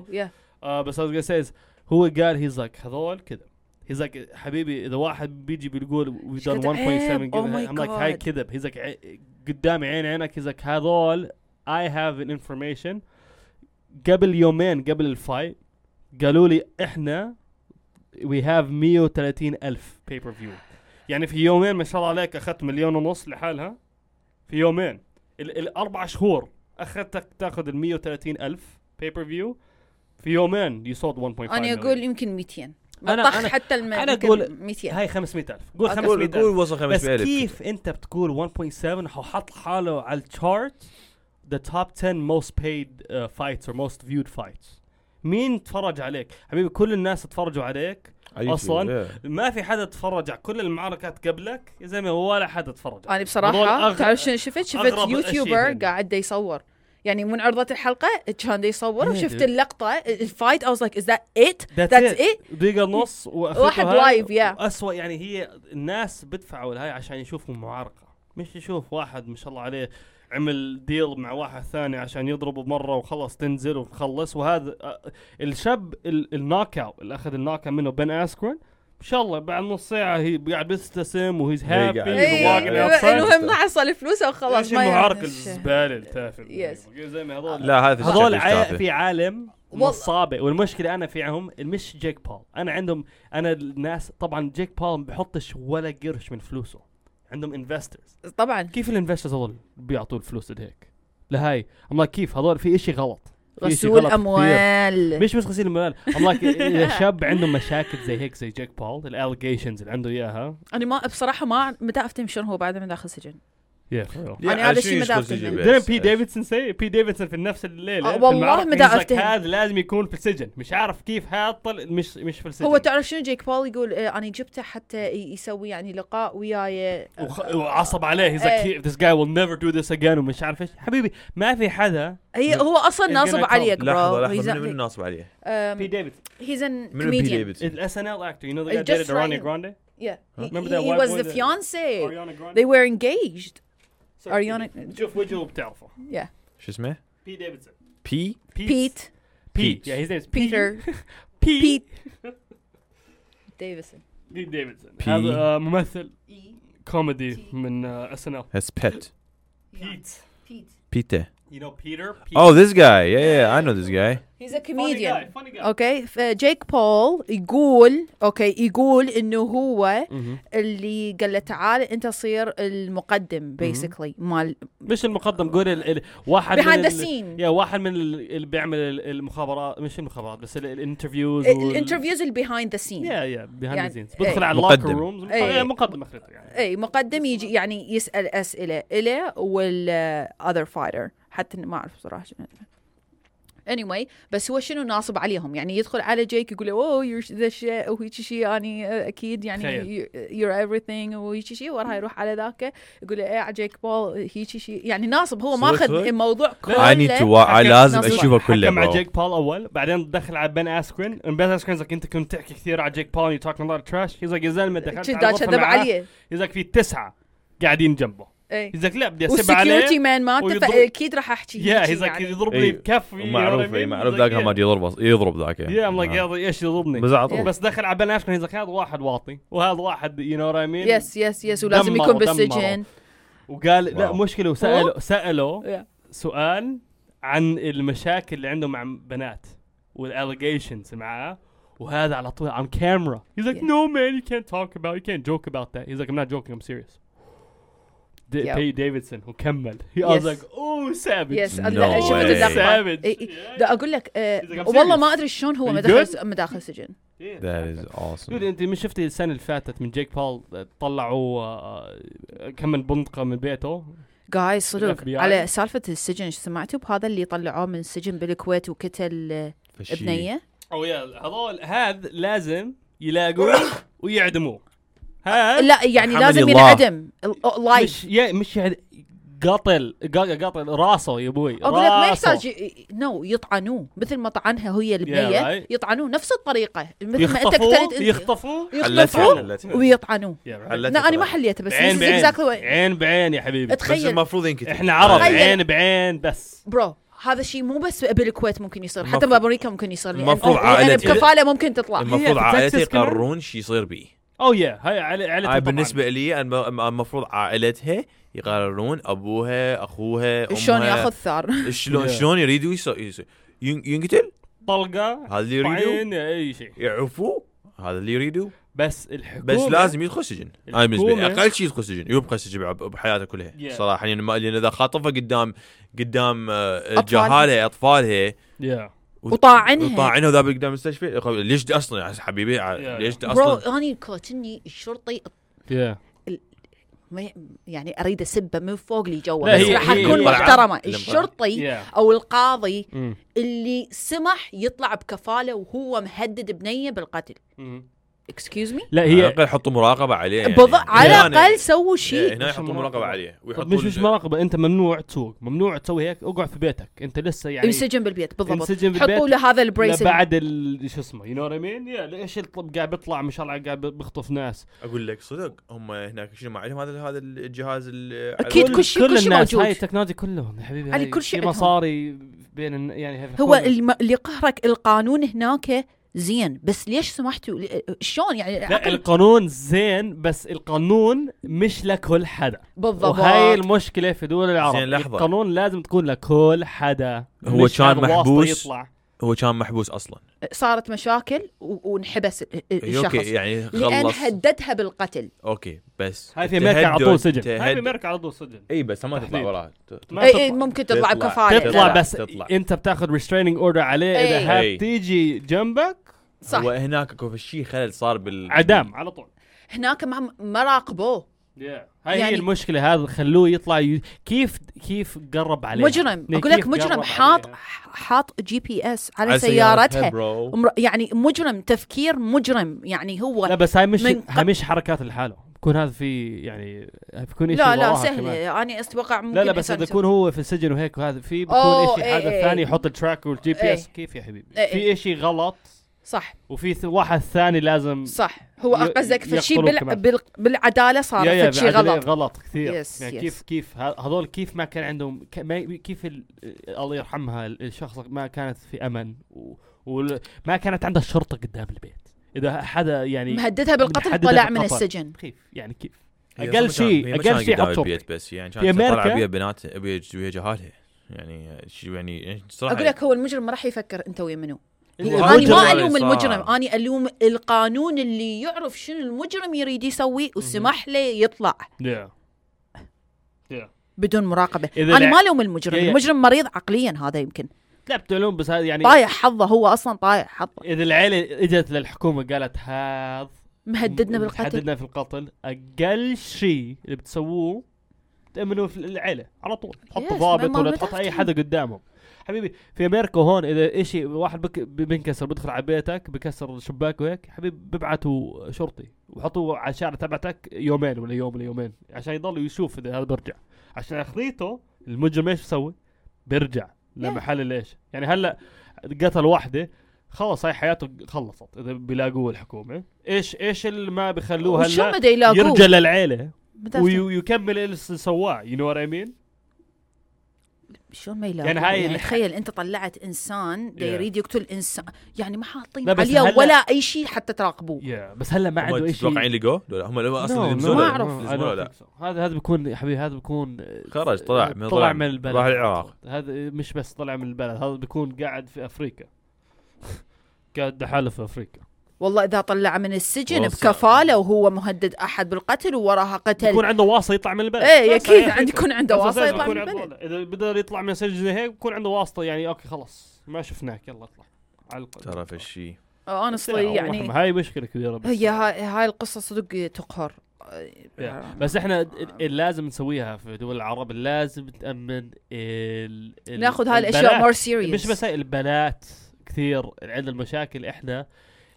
اف
او
سي بس I was gonna say is هو قال هيز لايك هذول كذا He's like حبيبي اذا واحد بيجي بيقول we done 1.7
شكد عيب. Oh my
I'm like هاي
God.
كذب he's like عي- قدامي عين عينك he's like هذول I have an information قبل يومين قبل الفايت قالوا لي احنا we have 130 الف pay per view يعني في يومين ما شاء الله عليك اخذت مليون ونص لحالها في يومين ال- الاربع شهور اخذتك تاخذ ال 130 الف pay per view في يومين you sold 1.5
انا
million.
اقول يمكن 200
أنا-
بطخ
أنا-
حتى الم...
أنا
يمكن
أقول-
200
هاي 500000 قول
أوكي.
500000
قول قول وصل
بس
500000
كيف انت بتقول 1.7 وحط حاله على الشارت the top 10 most paid uh, fights or most viewed fights مين تفرج عليك حبيبي كل الناس تفرجوا عليك
على يوتيوب،
أصلاً.
yeah.
ما في حدا تفرج على كل المعركات قبلك يا زلمه ولا حدا تفرج
انا
عليك. هذول
بصراحه
أغ-
يعني تعرف شنو شفت شفت
أغرب أشياء
يوتيوبر
هن.
قاعد دا يصور يعني من عرضة الحلقة كان دا يصور
Yeah,
وشفت
إيه dude.
اللقطة الفايت I was like is that it
That's it.
it
دقيقة ونص
واحد لايف، yeah.
أسوأ يعني هي الناس بدفعوا لهاي عشان يشوفوا معارقة مش يشوف واحد ما شاء الله عليه عمل ديل مع واحد ثاني عشان يضربه مرة وخلص تنزل وخلص وهذا آه، الشاب ال- الناك اوت اللي اخذ الناك أوت منه بن اسكرين ما شاء الله بعد نص ساعة هي قاعد بيبتسم وهيز
قاعد-
هابي
إيه،
المهم حصل فلوسه وخلاص ما
المعارك
يعني شيء.
الزبالة التافهة
Yes.
زي ما هذول
لا هذا
هذول
الشاب
عي-
يستعفف.
في عالم
والله.
نصابه والمشكله انا فيهم مش جيك بول انا عندهم انا الناس طبعا جيك بول ما بحطش ولا قرش من فلوسه عندهم انفسترز
طبعا
كيف الانفسترز هذول بيعطوا الفلوس هيك لهاي I'm like كيف هذول في اشي غلط في إشي
غسول
غلط كثير.
اموال
مش بس غسيل المال I'm like اذا شاب عنده مشاكل زي هيك زي جيك بول الاليجيشنز اللي عنده اياها
انا ما بصراحه ما متى افتهم شلون هو بعد ما داخل سجن
yeah for real.
Yeah,
أنا هذا
شو
الشيء ما
يشكل
دافع
سي جي
منه.
بي
دايما
إس.
بي ديفيدسون سي بي ديفيدسون في نفس الليله
آه،
في
والله
المعركة،
ما دا
he's like
أفتهم.
هذا لازم يكون في السجن مش عارف كيف هذا طل- مش مش في السجن
هو تعرف شنو جيك بول يقول آه، انا جبته حتى ي- يسوي يعني لقاء وياي
وخ- وعصب عليه هيز
إيه.
like this guy will never do this again ومش عارف ايش حبيبي ما في حدا
هي هو اصلا
He's
ناصب
gonna come.
عليك
لحظه
برو
لحظه من من ناصب عليه
um,
بي ديفيدسون
هيز ان
من بي
كوميديان
ديفيدسون
الاس ان ال actor you know the guy
Just
dated Ariana
right.
Grande
yeah he,
Remember
he
that white
was
boy
the
that- Oh,
fiance
Ariana Grande
they were engaged
So-
Ariana-
شوف وجهه بتعرفه
yeah
شو اسمه؟
بي ديفيدسون
بي
Pete
بيت
Pete.
yeah his name is
Peter
بيت
Pete Davison
بي ديفيدسون
Pete.
هذا آه، ممثل
E.
كوميدي من اس ان ال
هاز بيت
بيت
بيتا
you know Peter Pete.
اوه ذيس جاي يا يا اي نو ذيس جاي
he's a
Funny guy,
comedian
funny guy.
اوكي فجيك بول يقول اوكي يقول انه هو اللي قال له تعال انت صير
Mm-hmm.
المقدم بيسكلي مال
مش المقدم قول ال... ال... واحد
Behind
من
the scene.
يا واحد من ال... اللي بيعمل ال- المخابرات مش المخابرات بس ال-
Uh,
الانترفيوز وال-
الانترفيوز اللي behind the scene
يا يا بيهاند
يعني-
سينز بدخل
إيه.
على اللوكر
مقدم.
رومز
إيه.
مقدم اخرته يعني
اي مقدم يجي يعني يسال اسئله اله والاذر فايتر حتى إن- ما اعرف صراحه شنو anyway بس هو شنو ناصب عليهم يعني يدخل على جيك يقول له "Oh, اوه يور ذا شيء وهيك شيء يعني اكيد يعني
تخيل.
يور everything وهيك شيء وراها يروح على ذاك يقول له ايه على جيك بول هيك شيء يعني ناصب هو
سويت
ماخذ
سويت؟
الموضوع
لا.
كله
اي نيد تو لازم
ناصب.
اشوفه كله
حكم على
bro.
جيك بول اول بعدين دخل على بن اسكرين بن اسكرين like انت كنت تحكي كثير على جيك بول يو توكينج لوت تراش هيز يا زلمه دخلت على
كذا
الغرفه
كذب
معاه
عليه
هيز في تسعه قاعدين جنبه
اي
هيز لا بدي اسب
والسكيورتي
عليه
مان ماته
ويضرب-
فاكيد راح احكي
يا
هيك
هيز
يعني
يضربني
إيه.
بكفي
معروف إيه، معروف ذاك ما بده يضربه يضرب ذاك نعم.
يا ام لايك ايش يضربني
بس على طول.
بس دخل على بن اسكرين هيز هذا واحد واطي وهذا واحد يو نو وات اي مين
يس يس يس ولازم
دمروا-
يكون
دمروا.
بالسجن
وقال لا
واو.
مشكله وسالوا سالوا
Yeah.
سؤال عن المشاكل اللي عنده مع بنات والاليجيشنز معاه وهذا على طول on camera he's like
Yeah.
no man you can't talk about you can't joke about that he's like I'm not joking I'm serious د-
Yeah.
Pete Davidson وكمل he I was
Yes.
like oh savage
يس
No
لا شفت
way.
اللقطه
savage
إي- إي. لا اقول لك آه،
He's like, I'm
والله
serious.
ما ادري شلون هو
Are you
ما دخل
good?
س- ما داخل سجن
Yeah.
That is
دود
awesome
انت مش شفتي السنه اللي فاتت من جيك بول طلعوا آه، كم من بندقه من بيته
جايز
ال
صدق
FBI.
على سالفه السجن ايش سمعتوا بهذا اللي طلعوه من السجن بالكويت وكتل آه،
فشي.
ابنيه
او يا هذول هذا لازم يلاقوه ويعدموه هذا
لا يعني
محمد
لازم
الله.
ينعدم لايف
مش يا مش يعني يعد- قتل ق- قتل راسه يا ابوي
اقول لك ما
راسه.
يحتاج نو يطعنوه مثل ما طعنها هي البنيه
right.
يطعنوه نفس الطريقه مثل ما انت
يخطفوه
قتلت
يخطفوه
يخطفوه
حلتها.
ويطعنوه
يا بعد.
حلتها
لا انا ما
طبعاً.
حليته بس
بعين
this is
بعين
exactly what-
عين بعين يا حبيبي
بس
تخيل طيب.
المفروض ينكتب
احنا عرب
تخيل.
عين بعين بس
برو هذا الشيء مو بس بالكويت ممكن يصير حتى
المفروض-
بامريكا ممكن يصير لأن-
المفروض
لأن
عائلتي-
بكفاله ممكن تطلع
المفروض
في
عائلتي
تكساس كمان؟
يقررون شو يصير بي
او يا هاي على على
هاي بالنسبه لي الم- المفروض عائلتها يقررون ابوها اخوها امها
شلون ياخذ ثار
شلون
Yeah.
شلون يريدوا يسو- يسو- ين- ينقتل
طلقه
هذا اللي يريدوا
طعين اي شيء
يعفوا هذا اللي يريدوا
بس الحكومه
بس لازم يدخل سجن انا بالنسبه لي
الحكومة-
اقل شيء يدخل سجن يبقى سجن بعب- بحياته كلها
Yeah.
صراحه لان ما- لأن اذا خاطفه قدام قدام آه،
أطفال.
جهالها اطفالها
يا
وطاعنها.
وطاعنها وذاب قدام المستشفى خب- ليش دي اصلا يا حبيبي ع-
Yeah,
ليش دي
برو
اصلا
اني كوتني الشرطي
يا
ما- يعني اريد اسبه من فوق لي جوا
لا،
بس
هي-
راح
هي-
اكون
اللي طلع-
محترمه
اللي طلع.
الشرطي
يا
او القاضي
أمم.
اللي سمح يطلع بكفاله وهو مهدد بنيه بالقتل
أمم.
اكسكيوز مي
لا
هي على
هي
الاقل حطوا مراقبه عليه يعني.
بضع على
هنا-
الاقل سووا شيء
إيه، هنا
مش
يحطوا
مراقبة.
مراقبه عليه
طب
ويحطون
مش مش مراقبه انت ممنوع تسوق ممنوع تسوي هيك اقعد في بيتك انت لسه يعني
ينسجن بالبيت بالضبط
انسجن بالبيت
حطوا له هذا
لا
البريس
بعد ال- شو اسمه يو نو مين يا ليش الطب قاعد بيطلع ما شاء الله قاعد بيخطف ناس
اقول لك صدق هم هناك شنو ما عليهم هذا هذا الجهاز ال-
أكيد
على-
كل شيء- كل شيء
الناس
موجود.
هاي التكنولوجيا كلهم يا حبيبي
علي
هاي
كل شيء
في
عندهم.
مصاري بين الن- يعني هاي في
هو
الحكومة.
الم- اللي قهرك القانون هناك زين بس ليش سمحتوا لي- شلون يعني
لا
عقل-
القانون زين بس القانون مش لكل حدا وهاي
بالضبط
المشكله في دول العرب
زين، لحظة.
القانون لازم تكون لكل حدا
هو
مش
كان
على الواسطة
محبوس.
يطلع
هو كان محبوس اصلا
صارت مشاكل و- وانحبس ال- ال-
إيه، اوكي
الشخص
يعني
لان
خلص
هددها بالقتل
اوكي بس
هاي في امريكا على طول سجن هاي في
تهدد
امريكا على طول سجن
اي بس ما تطلع
تحديد.
وراه
ما
إيه،
تطلع.
إيه، ممكن تطلع
تطلع.
بكفاله
تطلع
لا،
بس
تطلع.
انت بتاخذ ريستريننج اوردر عليه
إيه.
اذا
إيه.
هاب تيجي جنبك
صح
هو هناك اكو في شيء خلل صار بال
عدام على طول
هناك ما ما راقبوه
هاي هي
يعني-
المشكله هذا خلوه يطلع ي... كيف كيف قرب عليه
مجرم
يعني
اقول
كيف
لك
قرب
مجرم حاط
عليها؟
حاط جي بي اس على
على سيارتها
سيارتها
برو.
مر- يعني مجرم تفكير مجرم يعني هو
لا بس هاي مش
من
هاي
قبل-
مش حركات لحاله بكون هذا في يعني بكون إشي
لا لا
وراها
سهل
كمان.
انا اتوقع ممكن
لا لا بس
إنسان
اذا يكون هو في السجن وهيك وهذا في
أوه،
بكون شيء
إيه،
حدا
إيه.
ثاني يحط التراك والجي بي اس
إيه.
كيف يا حبيبي
إيه، إيه.
في شيء غلط
صح
وفي ث- واحد ثاني لازم
صح هو
ي-
قصدك في شيء
يقتلوا
بال...
كمان.
بال... بالعداله صار
يا- يا
في شيء
بعد
غلط
غلط كثير
Yes,
يعني
yes.
كيف كيف ه- هذول كيف ما كان عندهم ك- ما ي- كيف ال- الله يرحمها ال- الشخص ما كانت في امن وما كانت عندها شرطه قدام البيت اذا حدا يعني
مهددها بالقتل
محددها
طلع من
بالقتل.
السجن
كيف يعني كيف
هي
اقل
أصلاً كان-
شيء
هي ما
اقل
كان
شيء
قدام
حط شرطه
البيت بس يعني
في
كانت طالعه
أمريكا-
بيا بنات بيا بيا جهالها يعني شي يعني صراحه
اقول لك هو المجرم ما راح يفكر انت ويا منو
المجرم
اني ما
اللي
الوم
صار.
المجرم اني الوم القانون اللي يعرف شنو المجرم يريد يسوي وسمح له يطلع
يا.
بدون مراقبه
إذا
انا
لا-
ما الوم المجرم
يا- يا.
المجرم مريض عقليا هذا يمكن
لا بتعلوم بس هذا يعني
طايح حظه هو اصلا طايح حظه
اذا العيله اجت للحكومه قالت هذا
مهددنا بالقتل
هددنا في القتل اقل شيء اللي بتسووه تامنوا في العيله على طول
Yes,
تحطوا
ما-
ضابط
ما
ولا تحط اي
بتحكي.
حدا قدامهم حبيبي في امريكا هون اذا شيء واحد بك بينكسر بيدخل على بيتك بكسر شباك وهيك حبيبي ببعتوا شرطي وحطوه على الشارع تبعتك يومين ولا يوم ولا يومين عشان يضل يشوف اذا هذا بيرجع عشان اخذيته المجرم ايش بيسوي؟ بيرجع لمحل ليش يعني هلا قتل واحده خلاص هاي حياته خلصت اذا بيلاقوه الحكومه ايش ايش اللي ما بيخلوه
وشو
هلا
مدى
يرجع
يلاقوه
للعيله
متى-
وي- ويكمل اللي س- سواه يو نو وات اي مين
شو ما يلاقوه
يعني
يعني,
هاي الح-
تخيل انت طلعت انسان دا
Yeah.
يريد يقتل انسان يعني ما حاطين
لا بس
عليه
هلا-
ولا اي شيء حتى تراقبوه
يا بس هلا ما عنده
يعني هم
اي شيء
تتوقعين لقوه؟ لا هم لا
No,
اصلا
no.
يلزمونه.
ما أعرف.
No, I
يلزمونه
don't
لا
think so. هذا هذا بيكون يا حبيبي هذا بيكون آه،
خرج طلع من
طلع من البلد
راح العراق
هذا مش بس طلع من البلد هذا بيكون قاعد في افريقيا قاعد لحاله في افريقيا
والله اذا طلع من السجن
والله صعب.
بكفاله وهو مهدد احد بالقتل وراها قتل
يكون عنده واصه يطلع من البلد
ايه
بس
اكيد
هي
عند
الفكرة.
يكون عنده
بس
واسطه
أساساً
يطلع
يكون
من
عنده
البلد
واسطة. اذا بدا يطلع من سجن زي هيك بيكون عنده واسطه يعني اوكي خلاص ما شفناك يلا اطلع على القلب
ترى في شيء
اونستلي يعني
هاي مشكله كبيره بس
هي هاي, هاي القصه صدق تقهر يعني
Yeah. بس احنا ال- اللي لازم نسويها في دول العرب لازم تامن ال... ال...
ناخذ هاي الاشياء مور
البنات.
سيريس
مش بس هاي، البنات كثير عندنا المشاكل احنا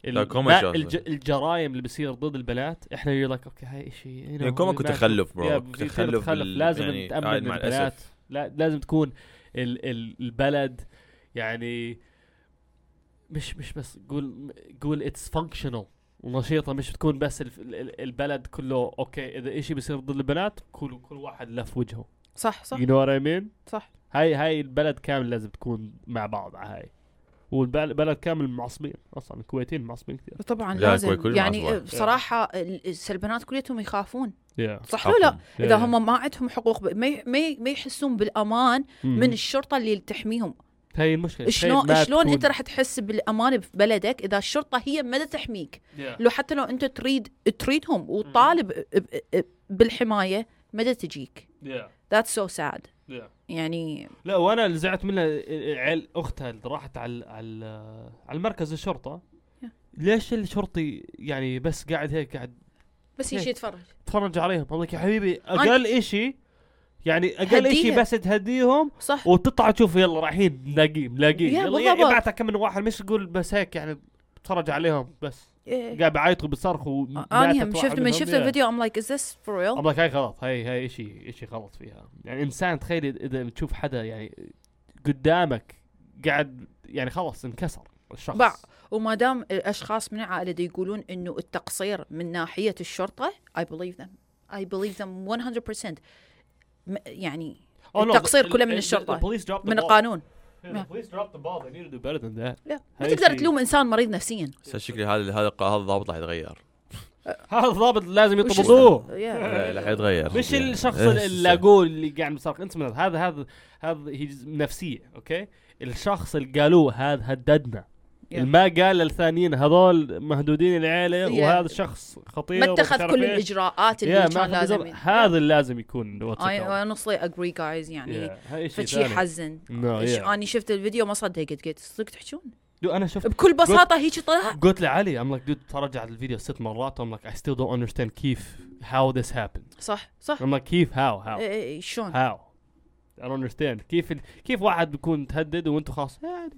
لا،
الب-
كوميدي
الج...
قصدك.
الجرائم اللي بصير ضد البنات احنا يقول لك اوكي هاي شيء
يعني كم اكو تخلف برو
برو
تخلف
تخلف
بال-
لازم
يعني
يعني تامن
قاعد مع
البنات
الأسف.
لا لازم تكون ال ال البلد يعني مش مش بس قول قول اتس فانكشنال نشيطه مش تكون بس الف- ال- ال- البلد كله اوكي اذا شيء بيصير ضد البنات كل كل واحد لف وجهه
صح صح
يو نو وات اي مين
صح
هاي هاي البلد كامل لازم تكون مع بعض على هاي والبلد كامل معصبين اصلا الكويتيين معصبين كثير
طبعا
لا، كوي-
لازم
كل
يعني
معصبة.
بصراحه ال- السلبنات كليتهم يخافون
yeah.
صح ولا لا؟
Yeah,
اذا
yeah.
هم ما عندهم حقوق ب- ما ي- ما ي- ما يحسون بالامان من الشرطه اللي تحميهم
Mm. هاي المشكله
شلون شلون انت راح تحس بالامان في بلدك اذا الشرطه هي ما تحميك لو حتى لو انت تريد تريدهم وطالب ب- ب- بالحمايه ما تجيك ذاتس سو ساد يعني
لا وانا اللي زعلت منها عيل اختها اللي راحت على على على مركز الشرطه ليش الشرطي يعني بس قاعد هيك قاعد
بس
إيه.
يجي يتفرج
تفرج عليهم اقول لك يا حبيبي اقل شيء يعني اقل شيء
هديها.
بس تهديهم
صح
وتطلع تشوف يلا رايحين ملاقيه ملاقيه
يا
يلا
بالضبط.
ابعتها كم من واحد مش تقول بس هيك يعني تفرج عليهم بس
إيه.
قاعد بعيطوا بصرخوا
انا آه، هم شفت من شفت الفيديو ام لايك از ذس فور ريل
امك هاي غلط هاي هاي شيء شيء غلط فيها يعني انسان تخيل اذا تشوف حدا يعني قدامك قاعد يعني خلاص انكسر الشخص
بع- وما دام الاشخاص من العائله دي يقولون انه التقصير من ناحيه الشرطه I believe them I believe them 100% م- يعني
Oh, no,
التقصير
the-
كله من
the- the-
الشرطة.
the police dropped the
من
ball.
القانون
Yeah, the police dropped the ball. They needed to do better than that.
لا ما
هاي
تقدر
شيء-
تلوم انسان مريض نفسيا
بس شكلي هذا هذا هذا الضابط راح يتغير
هذا الضابط لازم
وش
يطردوه
Yeah.
آه،
لا، لا، راح يتغير
إيه. مش
يعني.
الشخص
إيه،
اللي اقول اللي قاعد مصرخ انت من هذا هذا هذا هذا هي جزء نفسيه اوكي الشخص اللي قالوه هذا هددنا اللي ما قال الثانيين هذول مهدودين العيله
Yeah.
وهذا الشخص خطير
ما اتخذ كل
ومش عارف إيش.
الاجراءات
Yeah،
اللي
ما
كان
أخذ
لازم
إجراء. هذا اللي لازم يكون
I
واتساب
honestly agree guys يعني
هاي شيء
فشي
ثاني
حزن
No,
إيش-
Oh, yeah.
انا شفت الفيديو ما صدقت قلت صدق تحجون
نعم، دو انا شفت
بكل بساطه هيك طلع
قلت لعلي ام لايك دود ترى رجعت الفيديو ست مرات ام لايك اي ستيل دونت اندرستاند كيف هاو ذس هابند
صح صح
ام لايك كيف هاو هاو
إيه، إيه، شلون
هاو I don't understand كيف ال... كيف واحد بيكون تهدد وانتم خلاص
إيه،
عادي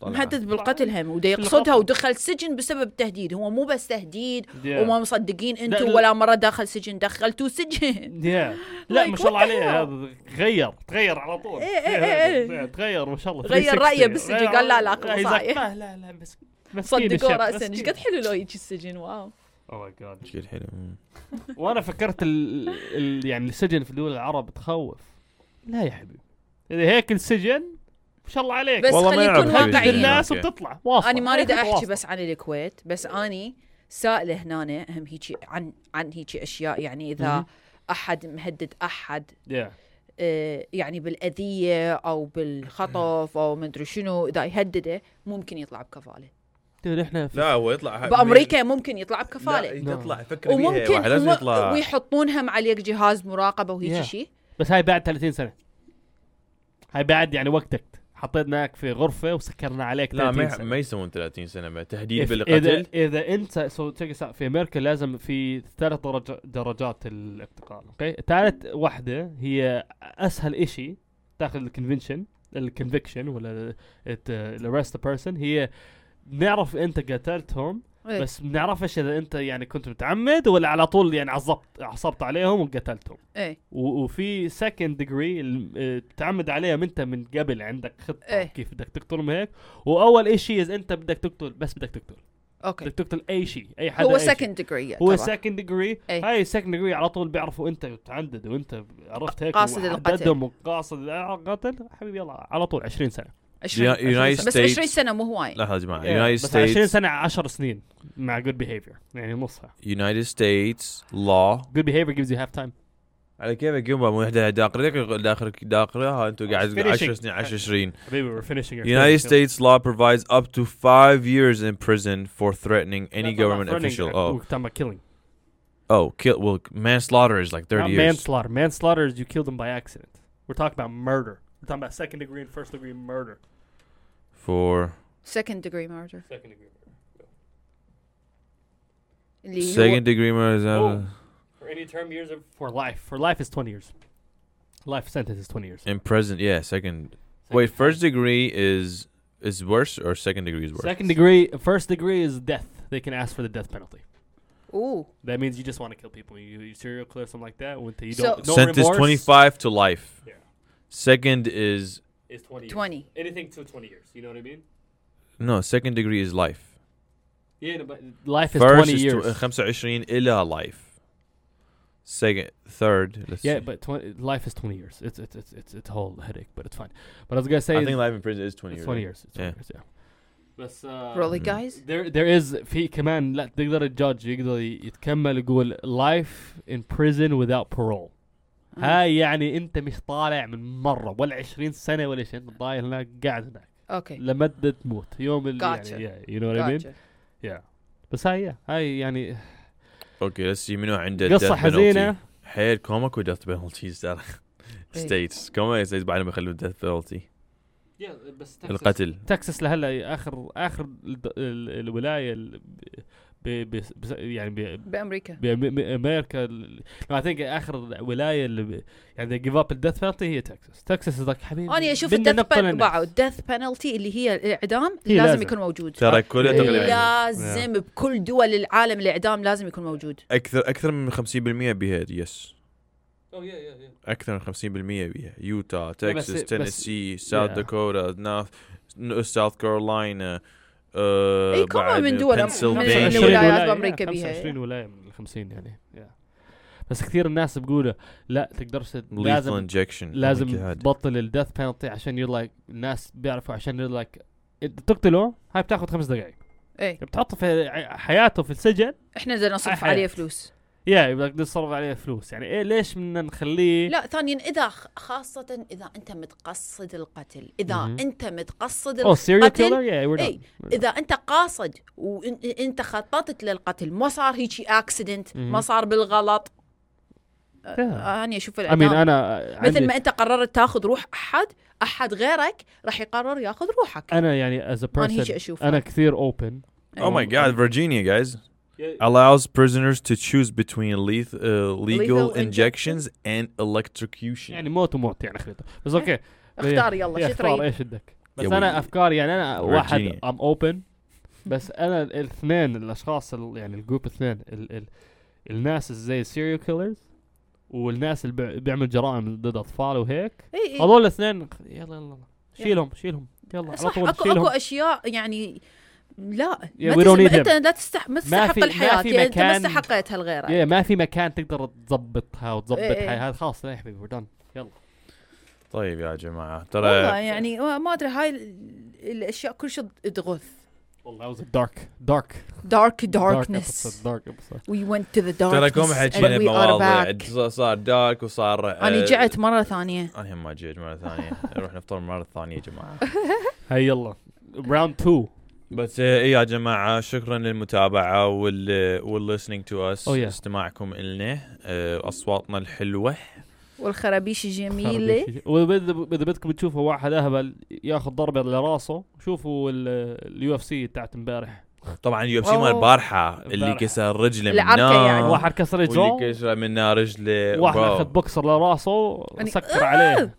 طلع.
مهدد بالقتل هم وده يقصدها
بالقتل.
ودخل سجن بسبب التهديد هو مو بس تهديد
Yeah.
وما مصدقين انتم
لا.
ولا مره داخل سجن دخلتوا سجن
yeah. لا
Like,
ما شاء
what
الله
the
عليه هذا تغير تغير على طول
إيه، إيه، إيه، إيه.
تغير ما شاء الله
غير
360.
رأيه بالسجن،
غير-
قال لا، لا، أقرأ
هي
صحيح.
زقاه، لا لا بس مسكين
صدقوا
الشاب،
راسا ايش
مسكين.
قد حلو لو يجي السجن واو
Oh my God.
شكل حلو مم.
وانا فكرت ال... ال... يعني السجن في الدول العرب تخوف لا يا حبيبي اذا هيك السجن ما شاء الله عليك
بس
والله ما
خلينا
يعرف يعني.
نكون
حبيبي.
تهدد
واقعيين
لا،
الناس
أوكي.
وبتطلع واصلة
انا ما اريد
هيك
احكي
واصلة.
بس عن الكويت بس اني سائله هنا هم هيجي عن عن هيجي اشياء يعني اذا احد مهدد احد
Yeah.
آه، يعني بالاذيه او بالخطف او ما ادري شنو اذا يهدده ممكن يطلع بكفاله
Dude، احنا في
لا هو يطلع
بامريكا ممكن يطلع بكفاله
لا يطلع فكره
وممكن
وممكن لازم
وم-
يطلع
ويحطونها مع عليك جهاز مراقبه وهيك
Yeah.
شيء
بس هاي بعد 30 سنه هاي بعد يعني وقتك حطيناك في غرفه وسكرنا عليك
لا
30
ما
سنه
ما يسوون 30 سنه ما
إيه، إذا-
تهديد بالقتل
اذا اذا انت سو تشيك this out. في امريكا لازم في ثلاث درج درجات الابتقال اوكي ثالث واحده هي اسهل شيء داخل الكونفنشن الكونفكشن ولا uh، الارست بيرسون هي نعرف انت قتلتهم
إيه.
بس ما نعرفش اذا انت يعني كنت متعمد ولا على طول يعني عصبت عصبت عليهم وقتلتهم
ايه
و- وفي سكند ديجري آه، تعمد عليها من انت من قبل عندك خطه
إيه.
كيف بدك تقتلهم هيك واول شيء إذا انت بدك تقتل بس بدك تقتل
اوكي
بدك تقتل اي شيء اي حدا
هو
أي شيء.
سكند ديجري
هو سكند ديجري
إيه.
هاي السكند ديجري على طول بيعرفوا انت متعدد وانت عرفت هيك
قاصد
وحددهم
القتل.
وقاصد القتل حبيبي يلا على طول 20 سنه
يونايتد
بس 20
ستيتس
سنه مو هواي
لحظه يا جماعه
إيه،
يونايتد
بس 20
ستيتس
سنه 10 سنين مع جود بيهيفير يعني نصها
يونايتد ستيتس لا
جود بيهيفير جيفز يو هاف تايم
على كيفك يوم مو احدى داقرتك داخلك داقرها انتوا قاعد
Finishing.
10 سنين 10 20
حبيبي وير فينيشينج
United States law provides up to five years in prison for threatening any government official. Oh,
talking about killing.
oh, kill. Well, manslaughter is like
Not
thirty years.
manslaughter. Manslaughter is you killed them by accident. We're talking about murder. We're talking about second degree and first degree murder.
For
سكند ديجري ميردر
Second degree murder.
second degree murder.
Oh. For any term years of for life. For life is twenty years. Life sentence is twenty years.
In prison, yeah. Second. Wait, first degree is is worse or second degree is worse?
Second degree. First degree is death. They can ask for the death penalty.
اوه
That means you just want to kill people. You, you serial killer, something like that. When you
So-
don't, no
Sentence
remorse
twenty five to life.
Yeah.
Second is
is twenty. years.
20.
Anything to twenty years. You know what I mean?
no. Second degree is life.
Yeah, no, but life is
First uh,
twenty
is
years.
tw- 25 ila life. second, third. Let's
Yeah,
see.
but 20, life is 20 years. It's it's it's it's it's a whole headache, but it's fine. But I was gonna say
I
is
think life in prison is 20
it's
years.
20 years. It's 20
Yeah.
years. Yeah. بس آه،
really
Mm.
guys
there there is في كمان لا تقدر الجادج يقدر يتكمل يقول life in prison without parole
آه.
آه،
هاي يعني انت مش طالع من مره ولا 20 سنه ولا شيء انت ضايل هناك قاعد هناك
اوكي
لمدة تموت يوم اللي
Gotcha.
يعني yeah, you know what I mean
Gotcha.
yeah. بس هاي yeah. هاي يعني
اوكي let's see منو عنده death
قصة
penalty.
حزينة
حيل كوميك وديث بنالتيز ترى
إيه.
ستيتس كوميك ستيتس بعدهم يخلوا ديث بنالتي
بس
القتل
تكساس لهلا اخر اخر الد- ال- الولايه ال- ب ب بس- يعني ب-
بامريكا
بأم- بامريكا اي ثينك اخر ولايه اللي ب- يعني جيف اب الديث بنالتي هي تكساس تكساس ذاك حبيبي
انا اشوف
بدنا
الدث
نقتل
بن...
الناس.
واو الديث بنالتي اللي هي الاعدام
هي
لازم,
لازم.
يكون موجود
ترى كلها
إيه.
تقريبا
لازم بكل دول العالم الاعدام لازم يكون موجود
اكثر اكثر من 50% بها يس اكثر من 50% بها يوتا
بس-
تكساس
بس-
تينيسي ساوث
Yeah.
داكوتا ناف ساوث آه، كارولاينا
إيه، كم من دول أم- من
25
الولايات
ولاية.
بأمريكا
yeah,
بيها.
25 ولايه من ال 50 يعني yeah. بس كثير الناس بيقولوا لا تقدرش
لازم
لازم
انجكشن
لازم تبطل الديث بنالتي عشان يقول لك الناس بيعرفوا عشان يقول لك إنت تقتله هاي بتاخذ خمس دقائق
اي
بتحطه في ع- حياته في السجن
احنا بدنا إيه. نصرف
حياة.
عليه فلوس
يا بدك تصرف عليه فلوس يعني ايه ليش بدنا نخليه
لا ثانيا اذا خ- خاصه اذا انت متقصد القتل اذا
مهم.
انت متقصد
او سيريال كيلر
القتل
يا we're
إيه.
done.
اذا انت قاصد وانت خططت للقتل ما صار هيجي اكسيدنت
مهم.
ما صار بالغلط آه،
Yeah.
انا اشوف
I mean
الاعدام
انا عندي
مثل ما انت قررت تاخذ روح احد احد غيرك راح يقرر ياخذ روحك
انا يعني as a
انا هيجي إيه.
person
اشوفها
انا كثير open
Oh my god, Virginia, guys. Allows prisoners to choose between leth- uh, legal
Lethal
injections and electrocution.
يعني موت وموت يعني خريطه بس اوكي
اختار إيه. يلا شو
يا إيه. اختار
تريد
ايش بدك بس
يا
انا
ولدي.
افكاري يعني انا واحد
Virginia.
ام اوبن بس انا الاثنين الاشخاص ال- يعني الجروب الاثنين ال ال الناس زي السيريال كيلرز والناس اللي بيع- بيعمل جرائم ضد اطفال وهيك
اي اي
هذول الاثنين يلا يلا يلا شيلهم شيلهم يلا على
صح
طول
اكو اكو
شيلهم
اشياء يعني لا
Yeah,
ما
we don't
تس-
need
انت
them.
لا تستحق ما
في-
تستحق
ما
الحياه
في
يعني انت ما
مكان-
استحقيتها لغيرك
يا إيه، ما في مكان تقدر تظبطها وتظبط
إيه إيه.
هاي هذا خلاص يا حبيبي we're done. يلا
طيب يا جماعة
والله
ترى
يعني ما ما ادري هاي ال- الاشياء كل شيء تغث
والله was دارك دارك
دارك
داركنس
داركنس
دارك episode.
وي ونت تو ذا
ترى
داركنس
كم حكينا بمواضيع ص- صار دارك وصار آه،
انا جعت مره ثانيه
انا هم ما جيت مرة ثانية نروح نفطر مرة ثانية يا جماعة
هاي يلا راوند 2
بس آه، إيه يا جماعة شكرا للمتابعة وال والlistening to us
Oh, yeah.
استماعكم إلنا آه، أصواتنا الحلوة
والخرابيش الجميله
واذا إذا بدكم تشوفوا واحد اهبل ياخذ ضربه لراسه شوفوا اليو اف سي تاعت امبارح
طبعا يو اف سي مال
أوه.
البارحة اللي
البارحة.
كسر رجله من
العركة يعني.
نار
واحد كسر
آه. واللي
رجله
كسر من نار رجله
واحد
واو.
اخذ بوكسر لراسه
يعني-
سكر عليه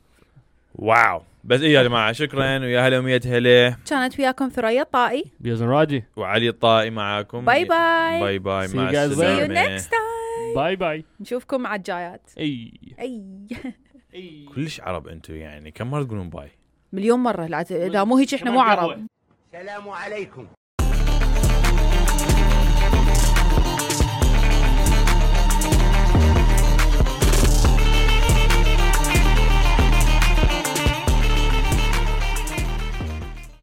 واو بس ايه يا جماعه شكرا ويا هلا ومية هلا
كانت وياكم ثريا طائي
بيزن راجي
وعلي الطائي معاكم
باي باي.
باي باي
See
مع
you guys
See
later.
you
السلامه
next time.
باي باي
نشوفكم على الجايات
اي
اي
كلش عرب انتم يعني كم مره تقولون باي
مليون مره لا- اذا مو هيك احنا مو عرب
سلام عليكم